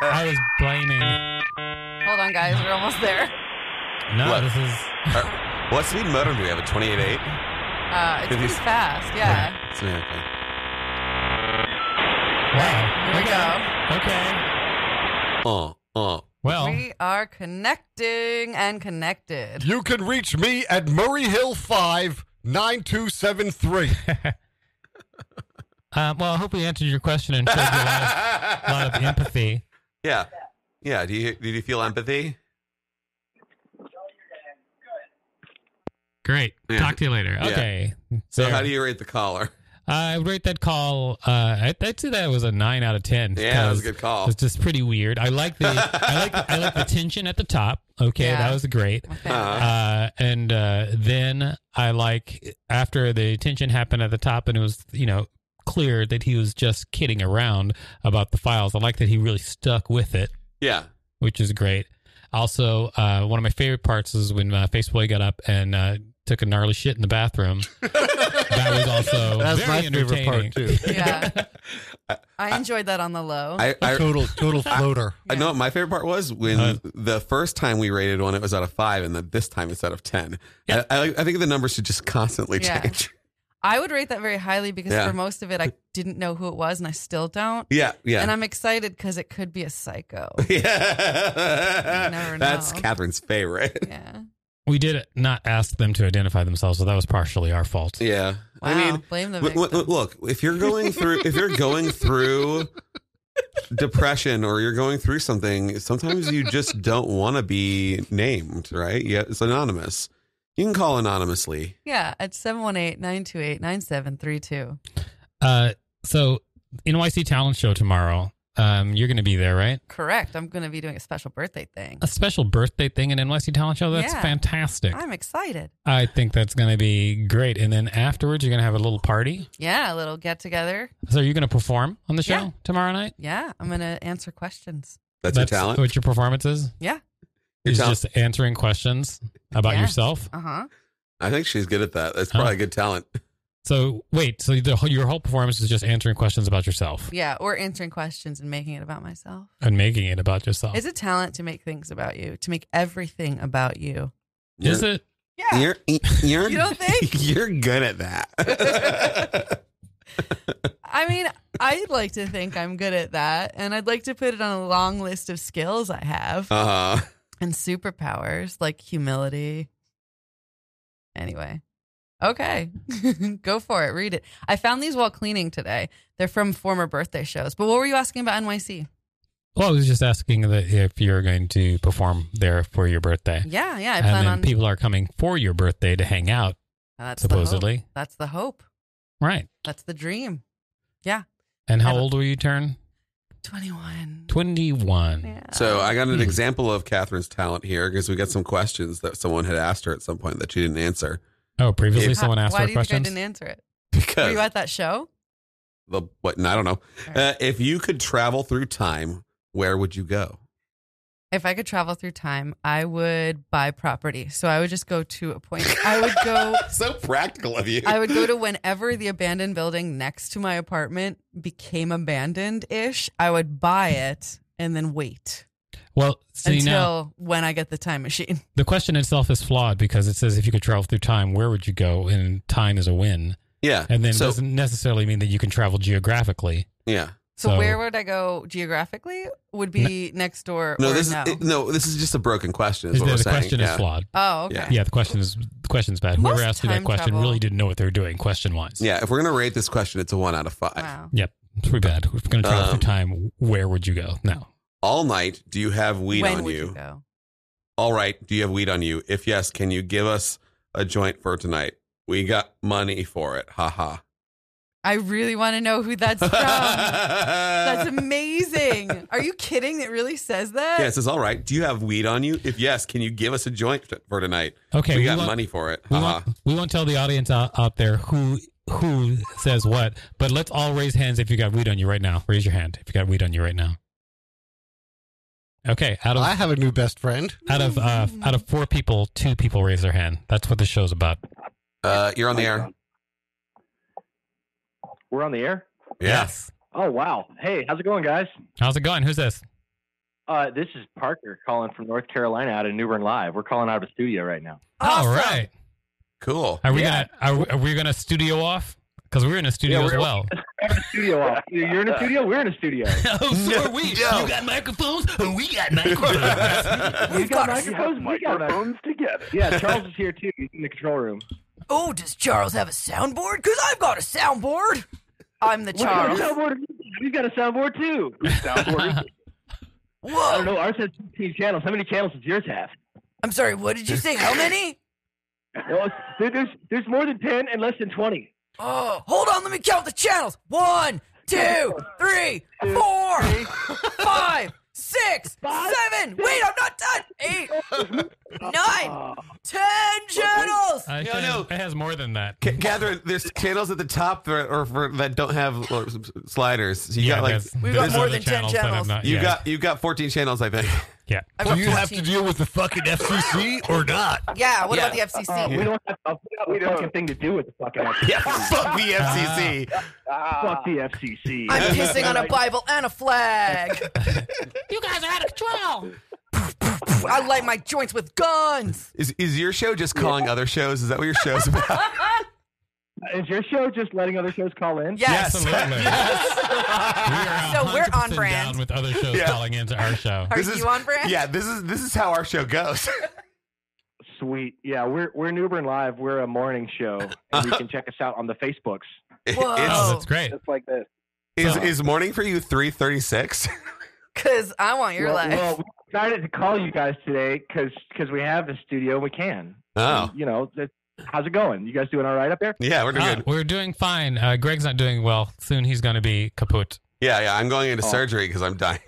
I was blaming.
Hold on, guys. We're almost there.
No,
What?
this is.
Uh, what speed modem do we have? A 28.8?
Uh, it's
Did
pretty
you-
fast. Yeah.
It's an airplane.
Wow.
Here we go.
Okay. Oh.
Uh, uh.
Well,
We are connecting and connected.
You can reach me at Murray Hill 5 9273.
Um, well, I hope we answered your question and showed you a lot of, lot of empathy.
Yeah. Yeah. Do you, did you feel empathy?
Great. Talk to you later.
Yeah.
Okay.
So,
There. Uh,
how do you rate the caller?
I would rate that call. Uh, I, I'd say that was a nine out of ten.
Yeah, that was a
'cause
good call.
It's just pretty weird. I like the I like I like the tension at the top. Okay,
Yeah.
that was great. Uh, and uh, then I like after the tension happened at the top, and it was you know clear that he was just kidding around about the files. I like that he really stuck with it
Yeah.
which is great. Also, uh, one of my favorite parts is when uh, Faceboy got up and uh, took a gnarly shit in the bathroom. that was also
That's
very
my favorite part,
entertaining.
Yeah. I enjoyed that on the low.
total total floater.
I know what my favorite part was when
Uh-huh.
the first time we rated one, it was out of five, and then this time it's out of ten. I, I, like- I think the numbers should just constantly
Yeah.
change.
I would rate that very highly because
Yeah.
for most of it, I didn't know who it was and I still don't.
Yeah, yeah.
And I'm excited because it could be a psycho.
yeah,
never
that's
know.
Catherine's favorite. Yeah,
We did not ask them to identify themselves, so that was partially our fault.
yeah. I
Wow,
mean,
blame the
w- w- look, if you're going through, if you're going through depression or you're going through something, sometimes you just don't want to be named, right? Yeah, it's anonymous. You can call anonymously.
Yeah, at 718 928 9732.
Uh, so NYC Talent Show tomorrow. Um, you're going to be there, right?
Correct. I'm going to be doing a special birthday thing.
A special birthday thing in NYC Talent Show. That's
Yeah.
fantastic.
I'm excited.
I think that's going to be great. And then afterwards, you're going to have a little party.
Yeah, a little get together.
So are you going to perform on the show
Yeah.
tomorrow night?
Yeah, I'm going to answer questions.
That's your talent?
What your performance is?
Yeah.
Is just answering questions about
Yeah.
yourself.
Uh huh.
I think she's good at that. That's probably a good talent.
So wait, so the, whole- your whole performance is just answering questions about yourself
Yeah, or answering questions and making it about myself.
and making it about
Oh.
yourself.
It's a talent to make things about you, to make everything about you.
Is it?
Yeah.
You're, you're,
You don't think?
You're good at that.
I mean, I'd like to think I'm good at that, and I'd like to put it on a long list of skills I have
uh huh.
and superpowers like humility. Anyway, okay, go for it. Read it. I found these while cleaning today. They're from former birthday shows. But what were you asking about NYC?
Well, I was just asking that if you're going to perform there for your birthday.
Yeah, yeah, I
and
plan
then
on- Oh,
people are coming for your birthday to hang out.
That's The
Supposedly.
hope. That's the hope.
Right.
That's the dream. Yeah,
And how old will you turn?
21.
21.
So
Oh.
I got
Hmm.
an example of Catherine's talent here because we got some questions that someone had asked her at some point that she didn't answer.
Oh, previously
If-
someone asked
Why
her
do you think I
questions.
didn't answer it? Were
Because
you at that show?
the what? I don't know. Uh, if you could travel through time, where would you go?
If I could travel through time, I would buy property. So I would just go to a point. I would go.
so practical of you.
I would go to whenever the abandoned building next to my apartment became abandoned ish. I would buy it and then wait
Well, see
e- until
now
when I get the time machine.
the question itself is flawed because it says if you could travel through time, where would you go? And time is a win.
Yeah.
And then
So-
doesn't necessarily mean that you can travel geographically.
Yeah.
So, where would I go geographically? Would be next door
No,
or
this
no?
is it- no. This is just a broken question. Is,
Is
what
that
we're
the
saying.
question
Yeah.
is flawed.
Oh, okay.
Yeah. the question is the question's bad. Whoever
Most
asked you that
time
question
travel-
really didn't know what they were doing question wise.
Yeah. If we're gonna rate this question, it's a one out of five.
Yep. It's pretty bad. If we're going to travel
Um,
through time, where would you go? No.
All night. Do you have weed
when
on
would
you?
go?
All right. Do you have weed on you? If yes, can you give us a joint for tonight? We got money for it. Ha ha.
I really want to know who that's from. that's amazing. Are you kidding? It really says that?
Yeah, it says, all right. Do you have weed on you? If yes, can you give us a joint t- for tonight?
Okay,
We
we
got
want-
money Uh-huh. for it.
We
Ha ha.
won't, we won't tell the audience out, out there who who says what, but let's all raise hands if you got weed on you right now. Raise your hand if you got weed on you right now. Okay, out of
I have a new best friend.
out of uh, out of four people, two people raise their hand. That's what the show's about.
Uh, you're on the air.
We're on the air.
Yes.
Oh wow! Hey, how's it going, guys?
How's it going? Who's this?
Uh, this is Parker calling from North Carolina out of Newbern Live. We're calling out of a studio right now.
All right.
Cool.
Are we
Yeah.
gonna are, we- are we gonna studio off? Because we're in a studio
Yeah,
as
we're-
well.
Studio off. You're in
Uh,
a studio. We're in a studio.
oh, so are we. You got microphones. We got microphones.
We've got microphones. We got microphones together. Yeah, Charles is here too. He's in the control room.
Oh, does Charles have a soundboard? Because I've got a soundboard.
I'm the
We got a
Charles.
soundboard- We've got a soundboard too.
Whoa.
I don't know. Ours has 16 channels. How many channels does yours have?
I'm sorry. What did you say? How many?
Well, it's- there- there's there's more than 10 and less than 20.
Oh, hold on. Let me count the channels. One, two, three, four, five, six, seven. Wait, I'm not done. Eight, nine, ten channels.
I
No,
think
no.
It has more than that.
Ca- Catherine, there's channels at the top that, are for, that don't have uh, sliders. So you
Yeah,
got like
there's- We've got there's more other than 10 channels that have channels. not-
you
yeah.
got you got 14 channels, I think.
Yeah.
I've got
Do you have to deal with the fucking FCC or not?
uh,
Yeah. What
Yeah.
about the FCC?
We don't have a, we don't have a fucking thing to do with the fucking FCC.
Yeah, fuck the FCC.
Fuck the FCC.
I'm pissing on a Bible and a flag.
You guys are out of control.
I light my joints with guns.
Is is your show just calling other shows? Is that what your show's about?
Is your show just letting other shows call in?
Yes.
Absolutely.
so we're on
100%
brand.
Down with other shows
Yeah.
calling into our show.
Are you on brand?
Yeah, this is this is how our show goes.
Sweet. Yeah, we're we're Newbern Live. We're a morning show, and you can check us out on the Facebooks.
Whoa.
It's-
Oh, That's great.
Just like this.
Is is morning for you 336?
Cause I want your
well,
life.
well, we decided to call you guys today because we have a studio. We can.
Oh.
And, you know, that- how's it going? You guys doing all right up there?
Yeah, we're doing
Ah,
good.
we're doing fine. Uh, Greg's not doing well. Soon he's going to be kaput.
Yeah, yeah. I'm going into
Oh.
surgery because I'm dying.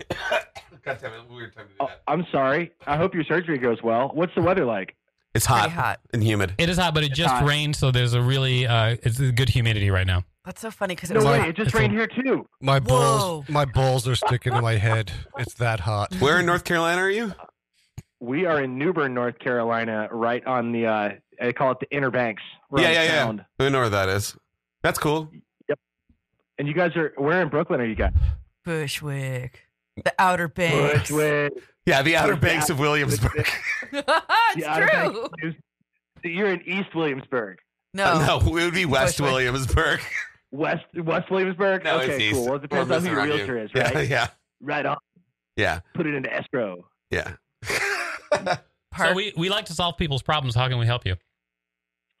God damn it, weird time to do
Oh, I'm sorry. I hope your surgery goes well. What's the weather like?
It's
Pretty
hot,
hot.
and humid.
It is hot, but it just
hot.
rained, so there's a really uh, it's a good humidity right now.
That's so funny because it
No
was
way.
hot.
It just
It's
rained here too.
My
Whoa.
balls, my balls are sticking to my head. It's that hot.
Where in North Carolina are you?
We are in Newbern, North Carolina, right on the. Uh, I call it the Inner Banks. We're
yeah,
on
yeah,
the
yeah.
sound.
I know where that is. That's cool.
And you guys are. Where in Brooklyn are you guys?
Bushwick, the Outer Banks.
Bushwick.
Yeah, the Outer
Yeah.
Banks of Williamsburg.
it's
The Outer Banks
true.
is- You're in East Williamsburg.
No.
Uh, no, it would be West
Bushwick.
Williamsburg.
West West Williamsburg?
No,
okay,
it's east.
cool. Well, it depends
We're
on
messing
who your
around here.
realtor is,
Yeah,
right?
yeah,
Right on.
yeah,
Put it into escrow.
yeah.
So we, we like to solve people's problems. How can we help you?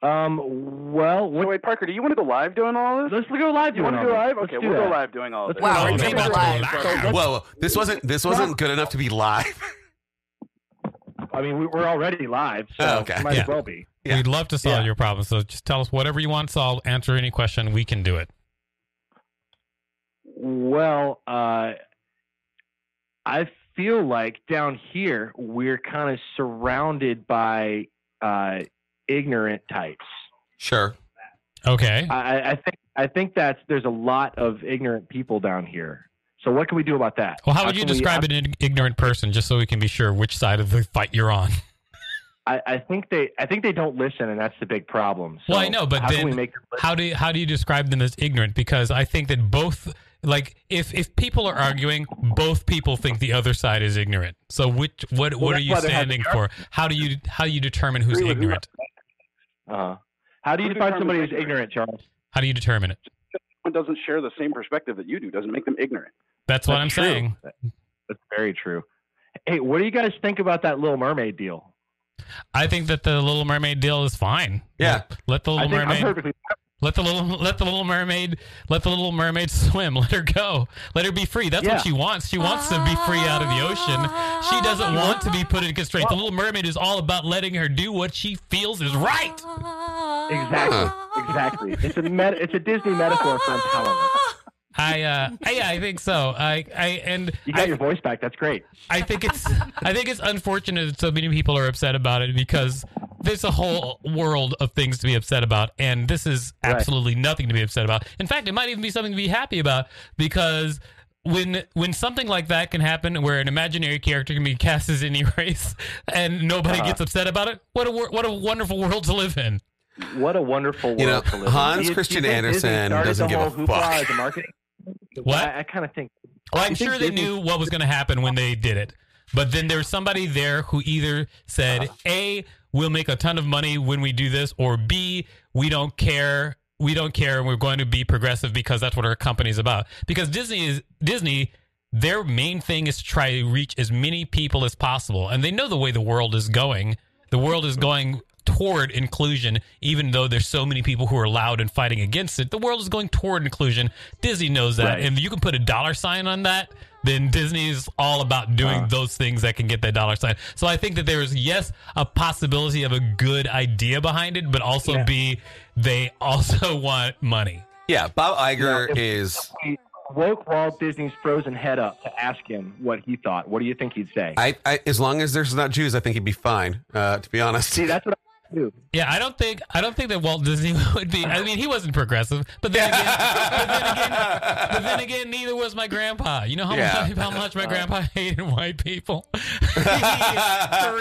Um, well, what,
wait, Parker, do you want to go live doing all this?
let's go live.
Do you want to go live? Okay, we'll go live doing all
Let's
this.
go
Wow,
Oh,
we're doing
man.
it live.
Whoa, whoa, this wasn't this wasn't good enough to be live.
I mean, we, we're already live, so
Oh, okay.
might
Yeah.
as well be.
Yeah.
We'd love to solve
Yeah.
your problems. So just tell us whatever you want solved. Answer any question. We can do it.
Well, uh, I feel like down here we're kind of surrounded by uh, ignorant types.
Sure.
Okay.
I, I think I think that's there's a lot of ignorant people down here. So what can we do about that?
Well, how would you
can we-
describe an ig- ignorant person, just so we can be sure which side of the fight you're on?
I, I think they I think they don't listen, and that's the big problem. So
Well, I know, but
how
then
can we make them listen?
How do you, how do you describe them as ignorant? Because I think that both, like, if if people are arguing, both people think the other side is ignorant. So which what what are
that's
you
why they're having
standing for? How do you how do you determine who's
Agree with who-
ignorant?
uh, how do you
Who
define
determines
somebody who's ignorant,
ignorant?
Charles?
How do you determine it?
Someone doesn't share the same perspective that you do doesn't make them ignorant.
That's what I'm
true.
saying.
That's very true. Hey, what do you guys think about that Little Mermaid deal?
I think that the Little Mermaid deal is fine.
Yeah.
Let the
I
Little
think I'm
Mermaid
perfectly.
let the little let the little mermaid let the little mermaid swim. Let her go. Let her be free. That's
Yeah.
what she wants. She wants to be free out of the ocean. She doesn't want to be put in constraints. The little mermaid is all about letting her do what she feels is right.
Exactly. Exactly. It's a met, it's a Disney metaphor for empowerment.
I uh yeah, I think so. I I and
You got
I,
your voice back. That's great.
I think it's I think it's unfortunate that so many people are upset about it because there's a whole world of things to be upset about, and this is
Right.
absolutely nothing to be upset about. In fact, it might even be something to be happy about because when when something like that can happen, where an imaginary character can be cast as any race and nobody
Uh-huh.
gets upset about it, what a wor- what a wonderful world to live in.
What a wonderful world
You know,
to live in.
Hans
Do you- do you
Christian
think Disney
Andersen
started
doesn't
the
give a
whole hoopla
fuck.
As a marketing?
What?
I, I kind of think.
Well, I'm
You think
sure they
Disney-
knew what was going to happen when they did it. But then there was somebody there who either said,
Uh-huh.
A, we'll make a ton of money when we do this, or B, we don't care. We don't care. and We're going to be progressive because that's what our company's about. Because Disney is Disney, their main thing is to try to reach as many people as possible. And they know the way the world is going. The world is going toward inclusion, even though there's so many people who are loud and fighting against it. The world is going toward inclusion. Disney knows that.
Right.
And you can put a dollar sign on that, then Disney is all about doing
Uh.
those things that can get that dollar sign. So I think that there is, yes, a possibility of a good idea behind it, but also B, they also want money.
Yeah, Bob Iger is.
We woke Walt Disney's frozen head up to ask him what he thought. What do you think he'd say?
I, I as long as there's not Jews, I think he'd be fine. Uh, to be honest,
see that's what I do.
Yeah, I don't think I don't think that Walt Disney would be. I mean, he wasn't progressive, but then again, but then again, but then again neither was my grandpa. You know how,
Yeah.
much, how much
Uh.
my grandpa hated white people.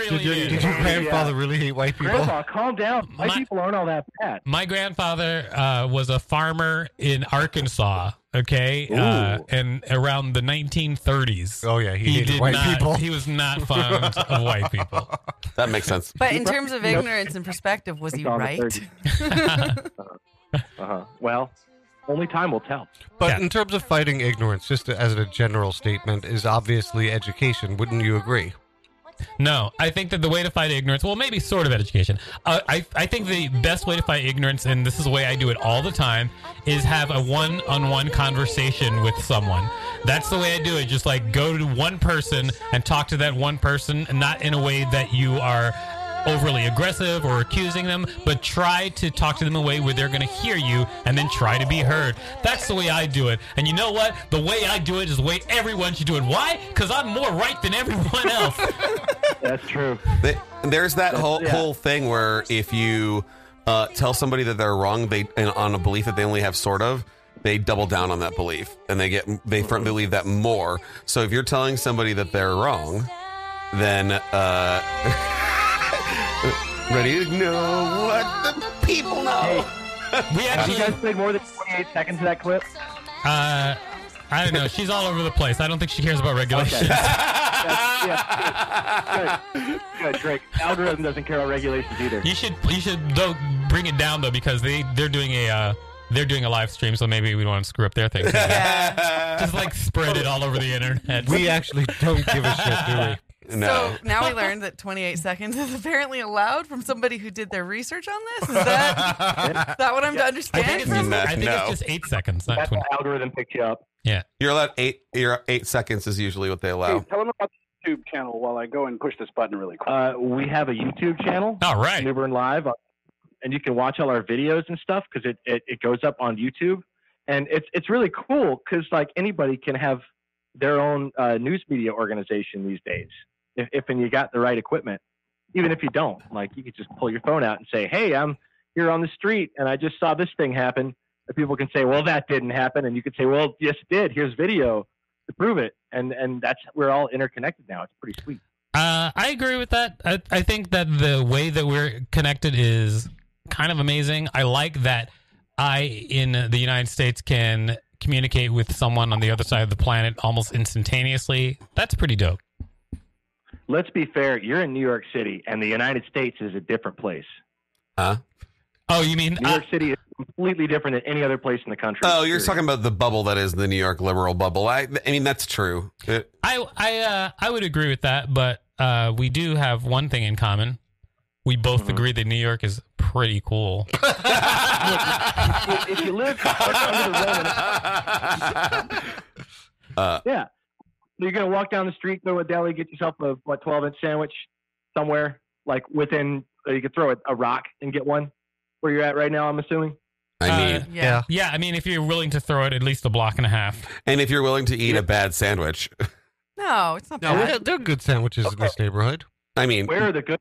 Did, your- did your grandfather really hate white people?
Grandpa, calm down. White people aren't all that bad.
My grandfather uh, was a farmer in Arkansas. Okay, uh, and around the 1930s. Oh yeah,
he hated white
not,
people.
He was not fond of white people.
That makes sense.
But in terms of ignorance and perspective, was he
It's on the
right?
30. Uh-huh. Well, only time will tell.
But in terms of fighting ignorance, just as a general statement, is obviously education. Wouldn't you agree?
No, I think that the way to fight ignorance, well, maybe sort of education. Uh, I, I think the best way to fight ignorance, and this is the way I do it all the time, is have a one on one conversation with someone. That's the way I do it. Just like go to one person and talk to that one person, and not in a way that you are overly aggressive or accusing them, but try to talk to them in a way where they're going to hear you and then try to be heard. That's the way I do it. And you know what? The way I do it is the way everyone should do it. Why? Because I'm more right than everyone else.
That's true.
There's that
That's-
whole
yeah.
whole thing where if you uh, tell somebody that they're wrong, they and on a belief that they only have sort of, they double down on that belief and they get they firmly believe that more. So if you're telling somebody that they're wrong, then uh, ready to know what the people know.
we actually-
Have you guys played more than 28 seconds of that clip?
Uh, I don't know. She's all over the place. I don't think she cares about regulations.
Good, good, great. Algorithm doesn't care about regulations either.
you should you should though bring it down though because they they're doing a uh, they're doing a live stream, so maybe we don't want to screw up their thing. Just like spread it all over the internet.
We actually don't give a shit,
do we? No.
So now we learned that 28 seconds is apparently allowed from somebody who did their research on this. Is that, is that what I'm to understand? from
No,
this?
no.
eight seconds.
That's how algorithm picked you up.
Yeah.
You're allowed eight. You're eight seconds is usually what they allow.
Hey, tell them about the YouTube channel while I go and push this button really quick.
Uh, we have a YouTube channel.
All right.
Newburn Live. on- And you can watch all our videos and stuff because it, it, it goes up on YouTube. And it's, it's really cool because like anybody can have their own uh, news media organization these days if, if and you got the right equipment. Even if you don't, like you could just pull your phone out and say, hey, I'm here on the street and I just saw this thing happen. And people can say, well, that didn't happen. And you could say, well, yes, it did. Here's video to prove it. And, and that's, we're all interconnected now. It's pretty sweet.
Uh, I agree with that. I, I think that the way that we're connected is kind of amazing. I like that I, in the United States, can communicate with someone on the other side of the planet almost instantaneously. That's pretty dope.
let's be fair. You're in New York City, and the United States is a different place.
Huh?
Oh, you mean
New York City is completely different than any other place in the country?
Oh, you're talking about the bubble that is the New York liberal bubble. I, I mean, that's true. It-
I I uh, I would agree with that, but uh, we do have one thing in common. We both
Mm-hmm.
agree that New York is pretty cool.
Uh,
If- if you live under the Roman, yeah, you're gonna walk down the street, go to a deli, get yourself a what 12 inch sandwich somewhere, like within. uh, You could throw a, a rock and get one. Where you're at right now, I'm assuming.
I mean,
Uh,
Yeah.
yeah. I mean, if you're willing to throw it at least a block and a half.
and if you're willing to eat a bad sandwich,
No, it's not
No, we
bad.
got, there are good sandwiches in this neighborhood.
I mean,
Where are the good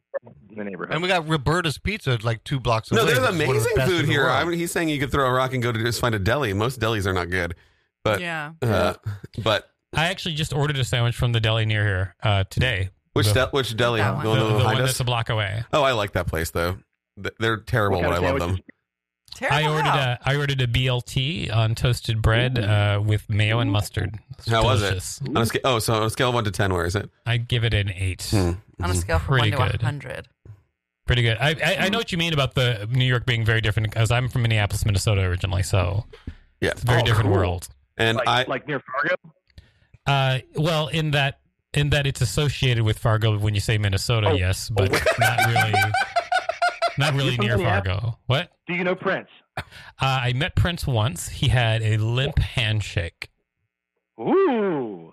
in the neighborhood?
and we got Roberta's Pizza like two blocks away.
no, there's
which is one of the
amazing
best in
food
the
here.
world.
I mean, he's saying you could throw a rock and go to just find a deli. Most delis are not good, but
Yeah.
Uh-huh.
uh, but
I actually just ordered a sandwich from the deli near here uh, today.
which
The-
del which deli?
The,
The one
the
behind
one
us?
that's a block away.
Oh, I like that place though. Th- They're terrible,
What
but I
kind
love
of
them.
Terrible
I ordered
how.
a I ordered a BLT on toasted bread uh, with mayo and mustard. It's
How was
delicious.
it? On a sca- oh, so on a scale of one to ten, where is it?
I give it an eight.
on a scale from
Pretty
1 to
good.
100.
Pretty good. I, I, I know what you mean about the New York being very different because I'm from Minneapolis, Minnesota originally, so
Yeah,
it's a very
Oh,
different
cool.
world.
And
like,
I
like near Fargo.
Uh, well, in that
Oh.
in that it's associated with Fargo when you say Minnesota, yes, but not really. Not really
from
near
Minneapolis?
Fargo. What?
Do you know Prince?
Uh, I met Prince once. He had a limp handshake.
Ooh.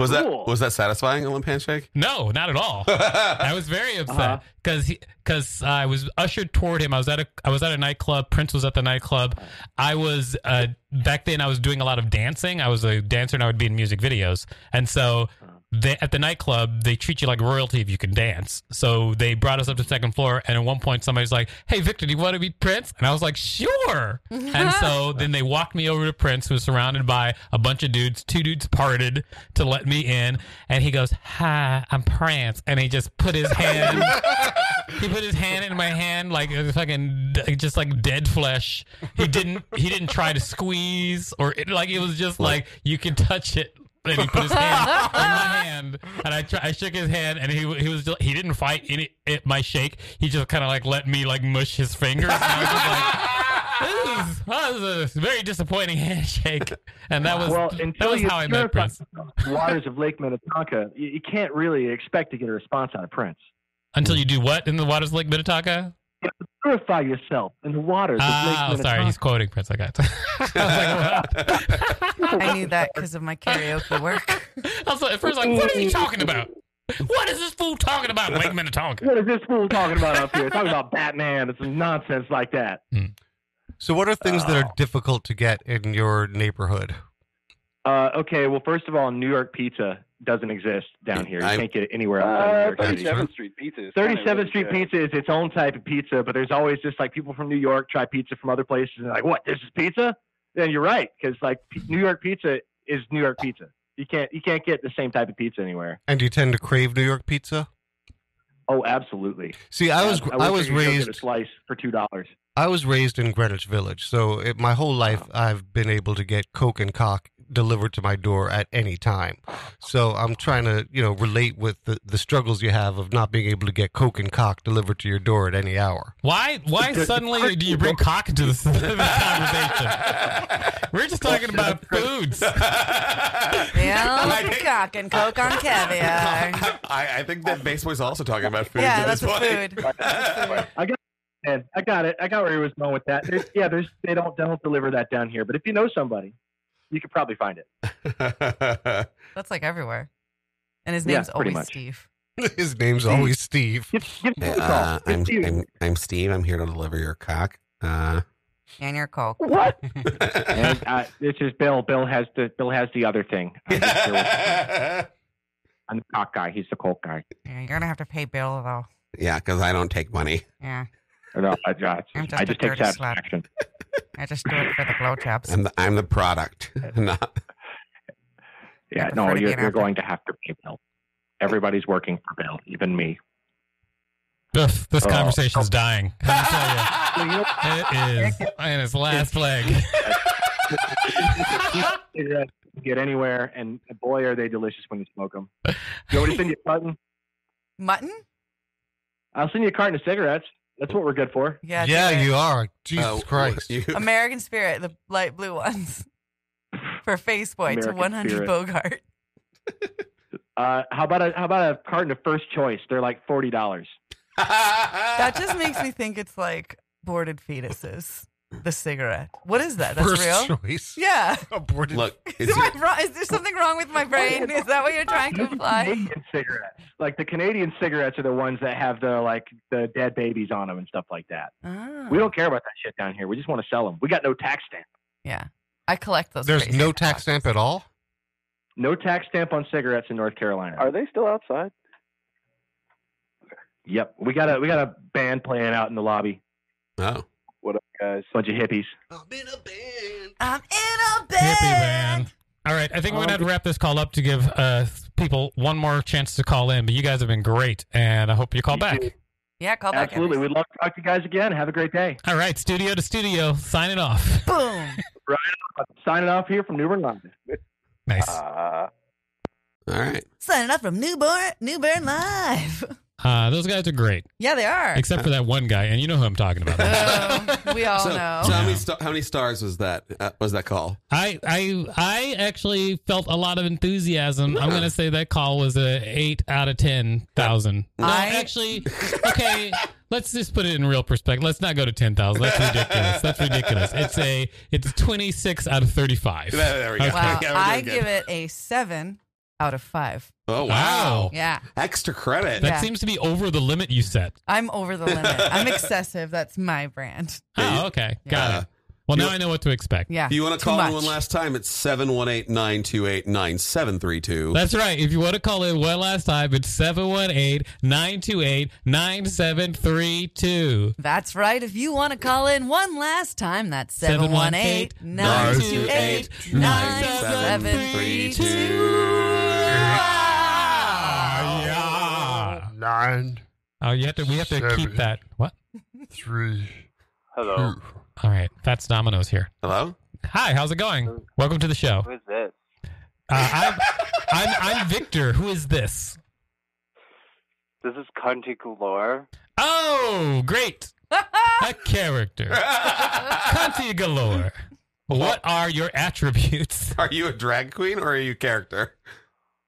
Was
Cool.
that was that satisfying? A limp handshake?
No, not at all. I was very upset because because I was ushered toward him. I was at a I was at a nightclub. Prince was at the nightclub. I was uh, back then. I was doing a lot of dancing. I was a dancer and I would be in music videos. And so they, at the nightclub, they treat you like royalty if you can dance. So they brought us up to the second floor. And at one point, somebody's like, "Hey, Victor, do you want to meet Prince?" And I was like, "Sure." and so then they walked me over to Prince, who was surrounded by a bunch of dudes. Two dudes parted to let me in, and he goes, "Hi, I'm Prince," and he just put his hand. He put his hand in my hand like it was fucking just like dead flesh. He didn't he didn't try to squeeze or it, like it was just like you can touch it. And he put his hand in my hand, and I tr- I shook his hand, and he he was just, he didn't fight any it, my shake. He just kind of like let me like mush his fingers. And I was just like, this is, that was a very disappointing handshake, and that was
well,
that
until
was
you
how I met
purify
Prince.
the waters of Lake Minnetonka, you, you can't really expect to get a response out of Prince.
Until you do what in the waters of Lake Minnetonka?
Purify yourself in the waters
Oh,
of Lake
sorry,
Minnetonka.
he's quoting Prince. I got.
I knew that because of my karaoke work.
also, at first, like, what is he talking about? What is this fool talking about? Lake Minnetonka.
What is this fool talking about up here? Talking about Batman and some nonsense like that.
So, what are things
uh,
that are difficult to get in your neighborhood?
Uh, okay, well, first of all, New York pizza doesn't exist down here. You can't get it anywhere else.
Uh,
in New York
37th
City.
Street Pizza. is kinda
37th
really
Street
good.
pizza is its own type of pizza, but there's always just like people from New York try pizza from other places and they're like, what, this is pizza? Then you're right, because like P- New York pizza is New York pizza. You can't you can't get the same type of pizza anywhere.
And do you tend to crave New York pizza?
Oh, absolutely.
See, I
Yeah,
was
wish
I, was
could go get
raised
a slice for two dollars.
I was raised in Greenwich Village, so it, my whole life I've been able to get Coke and Cock delivered to my door at any time. So I'm trying to, you know, relate with the, the struggles you have of not being able to get Coke and Cock delivered to your door at any hour.
Why? Why suddenly do you bring cock into this, this conversation? We're just talking about foods.
Yeah, like cock and coke on caviar.
I, I think that Baseboy's also talking about food.
Yeah,
at this
that's
point.
I got and I got it. I got where he was going with that. There's, yeah, there's they don't they don't deliver that down here, but if you know somebody, you could probably find it.
That's like everywhere. And his
Yeah,
name's
pretty
always
much.
Steve.
His name's always Steve.
Uh, I'm, I'm, I'm Steve. I'm here to deliver your cock. Uh,
And your coke.
What? and uh, this is Bill. Bill has the Bill has the other thing. I'm, just here with- I'm the cock guy. He's the coke guy.
Yeah, you're gonna have to pay Bill though.
yeah, because I don't take money.
Yeah.
No, I, I just,
I'm just
I
a
just take
dirty slut.
satisfaction.
I just do it for the blowjobs.
I'm the, I'm the product. Not, uh,
Yeah,
prefer
no,
to be
you're,
an
you're
actor.
going to have to pay Bill. Everybody's working for Bill, even me.
Ugh, this
Oh.
conversation's dying. I tell you, it is in its last leg.
You get anywhere, and boy, are they delicious when you smoke them. You want me to send you a carton?
Mutton?
I'll send you a carton of cigarettes. That's what we're good for.
Yeah, Yeah, do it. you
are.
Jesus Christ.
American Spirit, the light blue ones. For Face Boy to
American
100
Spirit.
Bogart.
Uh, how about a how about a carton of first choice? They're like forty dollars.
That just makes me think it's like boarded fetuses. The cigarette. What is that? That's
First
real?
choice.
Yeah.
Aborted.
Look,
Is,
it's-
my bra- is there something wrong with my brain? Is that what you're trying to imply?
Canadian cigarettes, like the Canadian cigarettes, are the ones that have the like the dead babies on them and stuff like that.
Ah.
We don't care about that shit down here. We just want to sell them. We got no tax stamp.
Yeah. I collect those.
There's
crazy
no
things.
tax stamp at all?
No tax stamp on cigarettes in North Carolina.
Are they still outside?
Yep, we got a we got a band playing out in the lobby.
Oh,
what up, guys?
Bunch of hippies.
I'm in a
Hippie
bed.
man. All right, I think we're gonna have to wrap this call up to give uh, people one more chance to call in. But you guys have been great, and I hope you call back.
Yeah, call back.
Absolutely, we'd love to talk to you guys again. Have a great day.
All right, studio to studio, sign it off.
Boom.
Right, on. signing off here from New Orleans.
Nice.
Uh,
all right.
Signing up from Newborn Newborn Live.
Uh, those guys are great,
Yeah, they are.
except for that one guy, and you know who I'm talking about.
we all
so,
know.
so how many sta- how many stars was that? Uh, was that call?
I I I actually felt a lot of enthusiasm. I'm gonna say that call was a eight out of ten thousand. No,
I-
actually, okay. Let's just put it in real perspective. Let's not go to ten thousand. That's ridiculous. That's ridiculous. It's a it's twenty six out of thirty five.
There- there we go.
Wow.
Yeah, we're doing
I
good.
give it a seven out of five.
Oh
Wow.
wow!
Yeah.
Extra credit.
That seems to be over the limit you set.
I'm over the limit. I'm excessive. That's my brand.
Oh, okay. Got
Yeah.
it. Well,
You-
now I know what to expect.
Yeah.
If you want to
too
call in
much.
one last time, it's 718 928 9732.
That's right. If you want to call in one last time, it's 718 928 9732.
That's right. If you want to call in one last time, that's 718 928
yeah.
Ah,
Nine.
Oh, you have to. We have to keep
Seven.
that. What?
Three.
Hello.
All right. Fats Domino's here.
Hello.
Hi. How's it going? Welcome to the show.
Who is this?
Uh, I'm, I'm I'm Victor. Who is this?
This is Cunty Galore.
Oh, great. A character. Conti galore. What are your attributes?
Are you a drag queen or are you a character?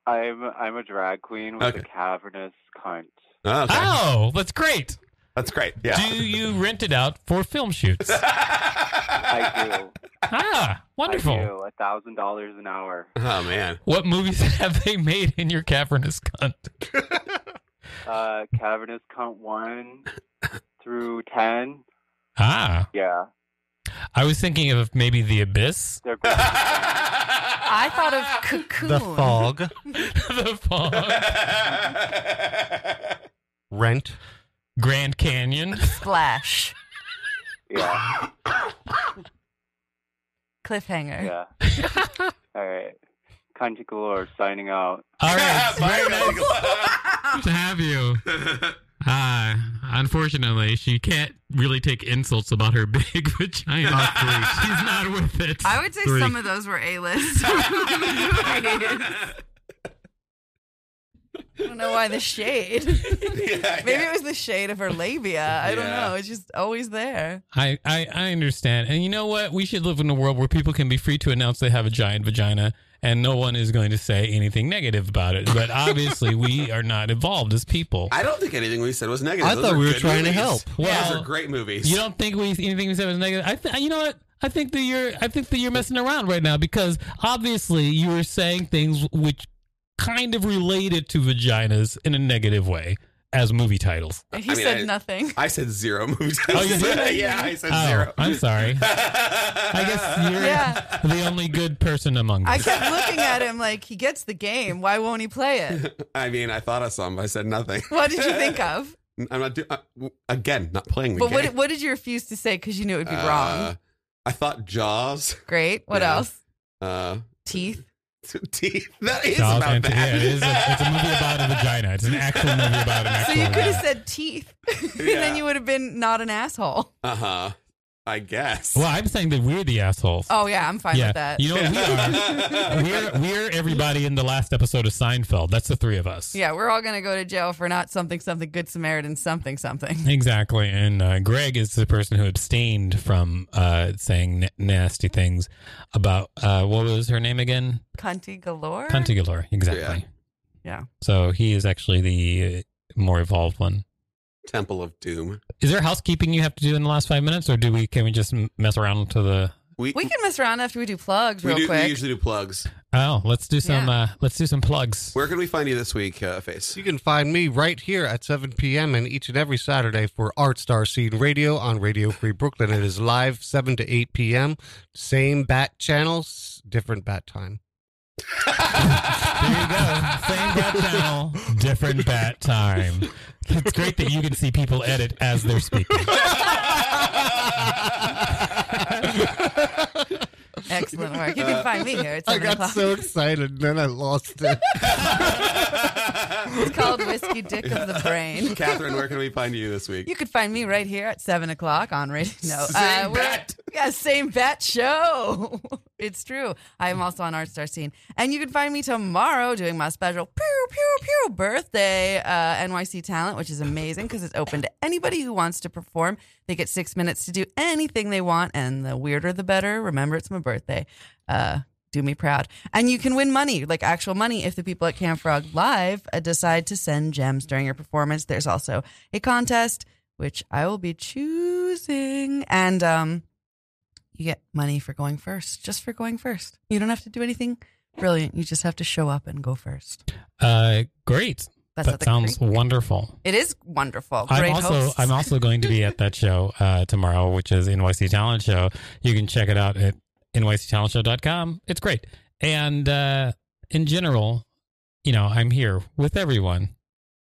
I'm I'm a drag queen with
Okay.
a cavernous cunt.
Oh, okay.
Oh, that's great.
That's great. Yeah.
Do you rent it out for film shoots?
I do. I
ah, wonderful.
do. A thousand dollars an hour.
Oh, man.
What movies have they made in your cavernous cunt?
Uh, cavernous cunt one through ten.
Ah,
Yeah,
I was thinking of maybe The Abyss.
they're both
I thought of Cocoon.
the fog.
Rent.
Grand Canyon.
Splash.
yeah
Cliffhanger.
yeah. All right, Cunty Galore signing out.
All right. Very nice to have you. Uh, unfortunately, she can't really take insults about her big vagina. She's not worth it.
I would say
Three.
some of those were A-list. I don't know why the shade. Maybe it was the shade of her labia. I don't
Yeah.
know. It's just always there.
I, I, I understand. And you know what? We should live in a world where people can be free to announce they have a giant vagina and no one is going to say anything negative about it. But obviously, we are not evolved as people.
I don't think anything we said was negative.
I
Those
thought
are
we were
good
trying to
movies.
help.
Those
Well,
are great movies.
You don't think we anything we said was negative? I th- you know what? I think that you're I think that you're messing around right now because obviously you were saying things which kind of related to vaginas in a negative way as movie titles.
And he
I mean,
said
I-
nothing.
I said zero movies.
Oh, you did?
yeah, I said
Oh,
zero.
I'm sorry. I guess you're
Yeah.
the only good person among
I
us.
kept looking at him like he gets the game. Why won't he play it?
I mean, I thought of some. I said nothing.
What did you think of?
I'm not do- uh, w- again not playing the
But
game.
what what did you refuse to say because you knew it would be
Uh,
wrong?
I thought Jaws.
Great. What
yeah.
else?
Uh,
Teeth.
teeth. That is
Charles
about
Anthony-
that.
yeah, it is a, it's a movie about a vagina. It's an actual movie about an
So
actual.
you could have
vagina.
said teeth, and
Yeah.
then you would have been not an asshole.
Uh huh. I guess.
Well, I'm saying that we're the assholes.
Oh yeah, I'm fine
yeah,
with that.
you know what we are. we're we're everybody in the last episode of Seinfeld. That's the three of us.
yeah, we're all gonna go to jail for not something something good Samaritan something something.
Exactly. And uh, Greg is the person who abstained from uh, saying n- nasty things about uh, what was her name again?
Cunty galore.
Cunty Galore. Exactly.
Yeah.
So he is actually the uh, more evolved one.
Temple of Doom.
Is there housekeeping you have to do in the last five minutes, or do we can we just m- mess around to the?
We
We can mess around after we do plugs
we,
real
do, we
quick.
usually do plugs.
Oh, let's do some. Uh, let's do some plugs.
Where can we find you this week, uh, Face?
You can find me right here at 7 p.m. and each and every Saturday for Art Star Scene Radio on Radio Free Brooklyn. It is live 7 to 8 p.m. Same bat channel, s- different bat time.
There you go. Same bat channel, different bat time. It's great that you can see people edit as they're speaking.
Excellent work. You can find me here at
I
seven
got
o'clock.
so excited, then I lost it.
It's called Whiskey Dick of the Brain.
Catherine, where can we find you this week?
You could find me right here at seven o'clock on radio. No, uh,
Same
we're- Yeah, same bat show. it's true. I'm also on Art Star Scene, and you can find me tomorrow doing my special pew pew pew birthday uh, NYC Talent, which is amazing because it's open to anybody who wants to perform. They get six minutes to do anything they want, and the weirder the better. Remember, it's my birthday. Uh, do me proud. And you can win money, like actual money, if the people at Camp Frog Live uh, decide to send gems during your performance. There's also a contest, which I will be choosing. And um, you get money for going first, just for going first. You don't have to do anything brilliant. You just have to show up and go first.
Uh, great.
That's at
that
the
sounds
creek.
wonderful.
It is wonderful. Great
I'm also
hosts.
I'm also going to be at that show uh, tomorrow, which is NYC Talent Show. You can check it out at nyctalentshow.com. It's great. And uh, in general, you know, I'm here with everyone.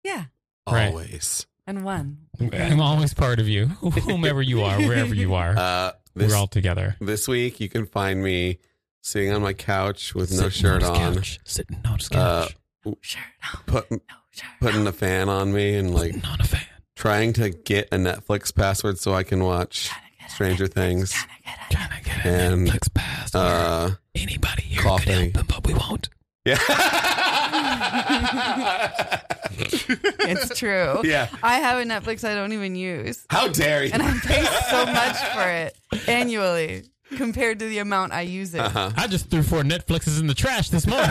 Yeah.
Right.
Always.
and one.
I'm always part of you, whomever you are, wherever you are.
Uh, this-
We're all together.
This week, you can find me sitting on my couch with no
Sitting on
shirt
his
on.
couch. Sitting on his
Uh,
couch.
shirt.
Putting, putting a fan on me and like trying to get a Netflix password so I can watch Stranger Things.
Trying to get
a Netflix
password.
Uh,
Anybody here
coughing.
could help him, but we won't.
it's true.
Yeah.
I have a Netflix I don't even use.
How dare you?
And I pay so much for it annually compared to the amount I use it.
Uh-huh.
I just threw four Netflixes in the trash this morning.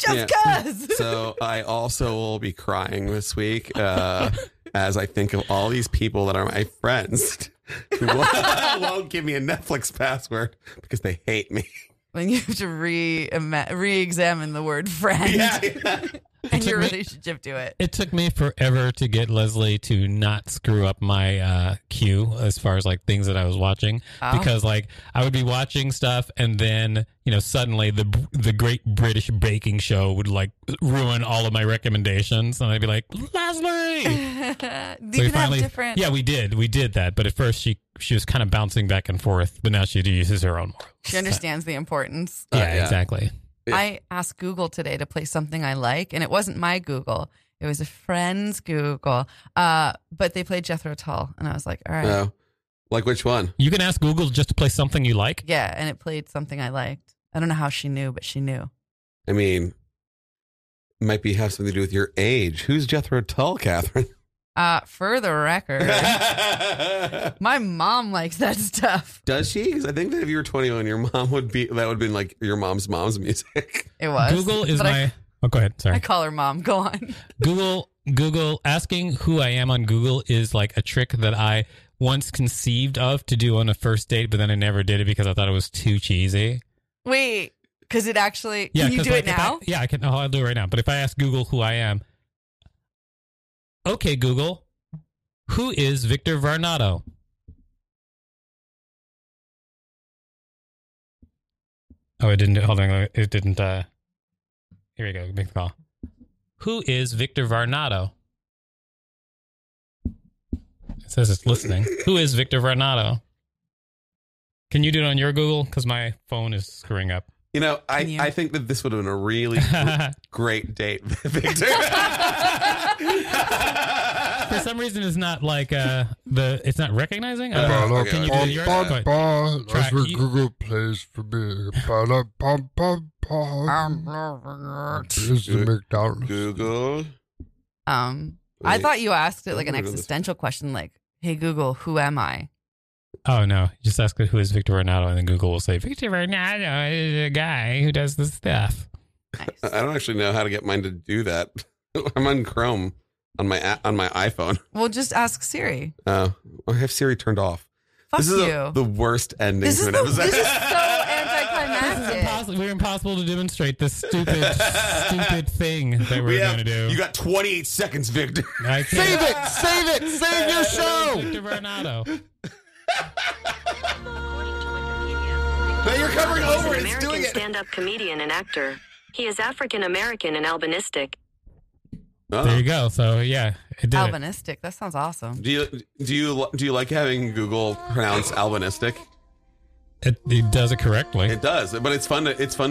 Just
Yeah.
cuz.
so I also will be crying this week uh, as I think of all these people that are my friends who won't, won't give me a Netflix password because they hate me.
When you have to re re-examine the word friend
Uh,
and your relationship to it.
It took me forever to get Leslie to not screw up my uh, queue as far as like things that I was watching
Oh.
because like I would be watching stuff and then you know suddenly the the Great British Baking Show would like ruin all of my recommendations and I'd be like Leslie.
you
So we
can have different.
Yeah, we did. We did that. But at first she she was kind of bouncing back and forth, but now she uses her own more.
she understands the importance.
Yeah, exactly.
I asked Google today to play something I like, and it wasn't my Google. It was a friend's Google. Uh, but they played Jethro Tull, and I was like, all right.
Uh, like which one?
You can ask Google just to play something you like.
Yeah, and it played something I liked. I don't know how she knew, but she knew.
I mean, might be have something to do with your age. Who's Jethro Tull, Catherine?
Uh, for the record, my mom likes that stuff.
Does she? 'Cause I think that if you were 21, your mom would be that would have been like your mom's mom's music.
It was
Google is
But
my.
I,
oh, go ahead. Sorry.
I call her mom. Go on.
Google Google asking who I am on Google is like a trick that I once conceived of to do on a first date, but then I never did it because I thought it was too cheesy.
Wait, because it actually. can you
'cause,
do
like,
it
if
now?
I, yeah, I can. Oh, I'll do it right now. But if I ask Google who I am, okay, Google, who is Victor Varnado? Oh, it didn't. Hold on, it didn't. uh Here we go. Make the call. Who is Victor Varnado? It says it's listening. who is Victor Varnado? Can you do it on your Google? Because my phone is screwing up.
You know, I, I think that this would have been a really gr- great date, Victor.
For some reason, it's not like uh the it's not recognizing.
Ba-
Okay.
da-
Can you do
ba-
your
ba-
but-
ba,
Try-
That's what
you-
Google plays for me. Ba- da- ba- ba- ba. Here's the McDonald's.
Google.
Um, I
Wait.
thought you asked it like an
Let me do this.
existential question, like, "Hey Google, who am I?"
Oh no! Just ask it who is Victor Ronaldo, and then Google will say Victor Ronaldo is a guy who does the stuff.
I don't actually know how to get mine to do that. I'm on Chrome on my a- on my iPhone.
Well, just ask Siri.
Uh, I have Siri turned off.
Fuck
this is a-
you.
the worst ending
This
to
is
an
the-
episode.
this is- So
This is impossible. We're impossible to demonstrate this stupid, stupid thing that
We
we're
have-
going to do.
you got 28 seconds, Victor.
I can't-
Save
it! Save it! Save your show!
Victor Ronaldo.
But you're covering
He's
over
an
it. It's
American
doing it.
stand-up comedian and actor. He is African American and albinistic.
Oh.
There you go. So yeah, it did. it.
Albinistic. That sounds awesome.
Do you do you do you like having Google pronounce albinistic?
It, it does it correctly.
It does, but it's fun. To, it's fun to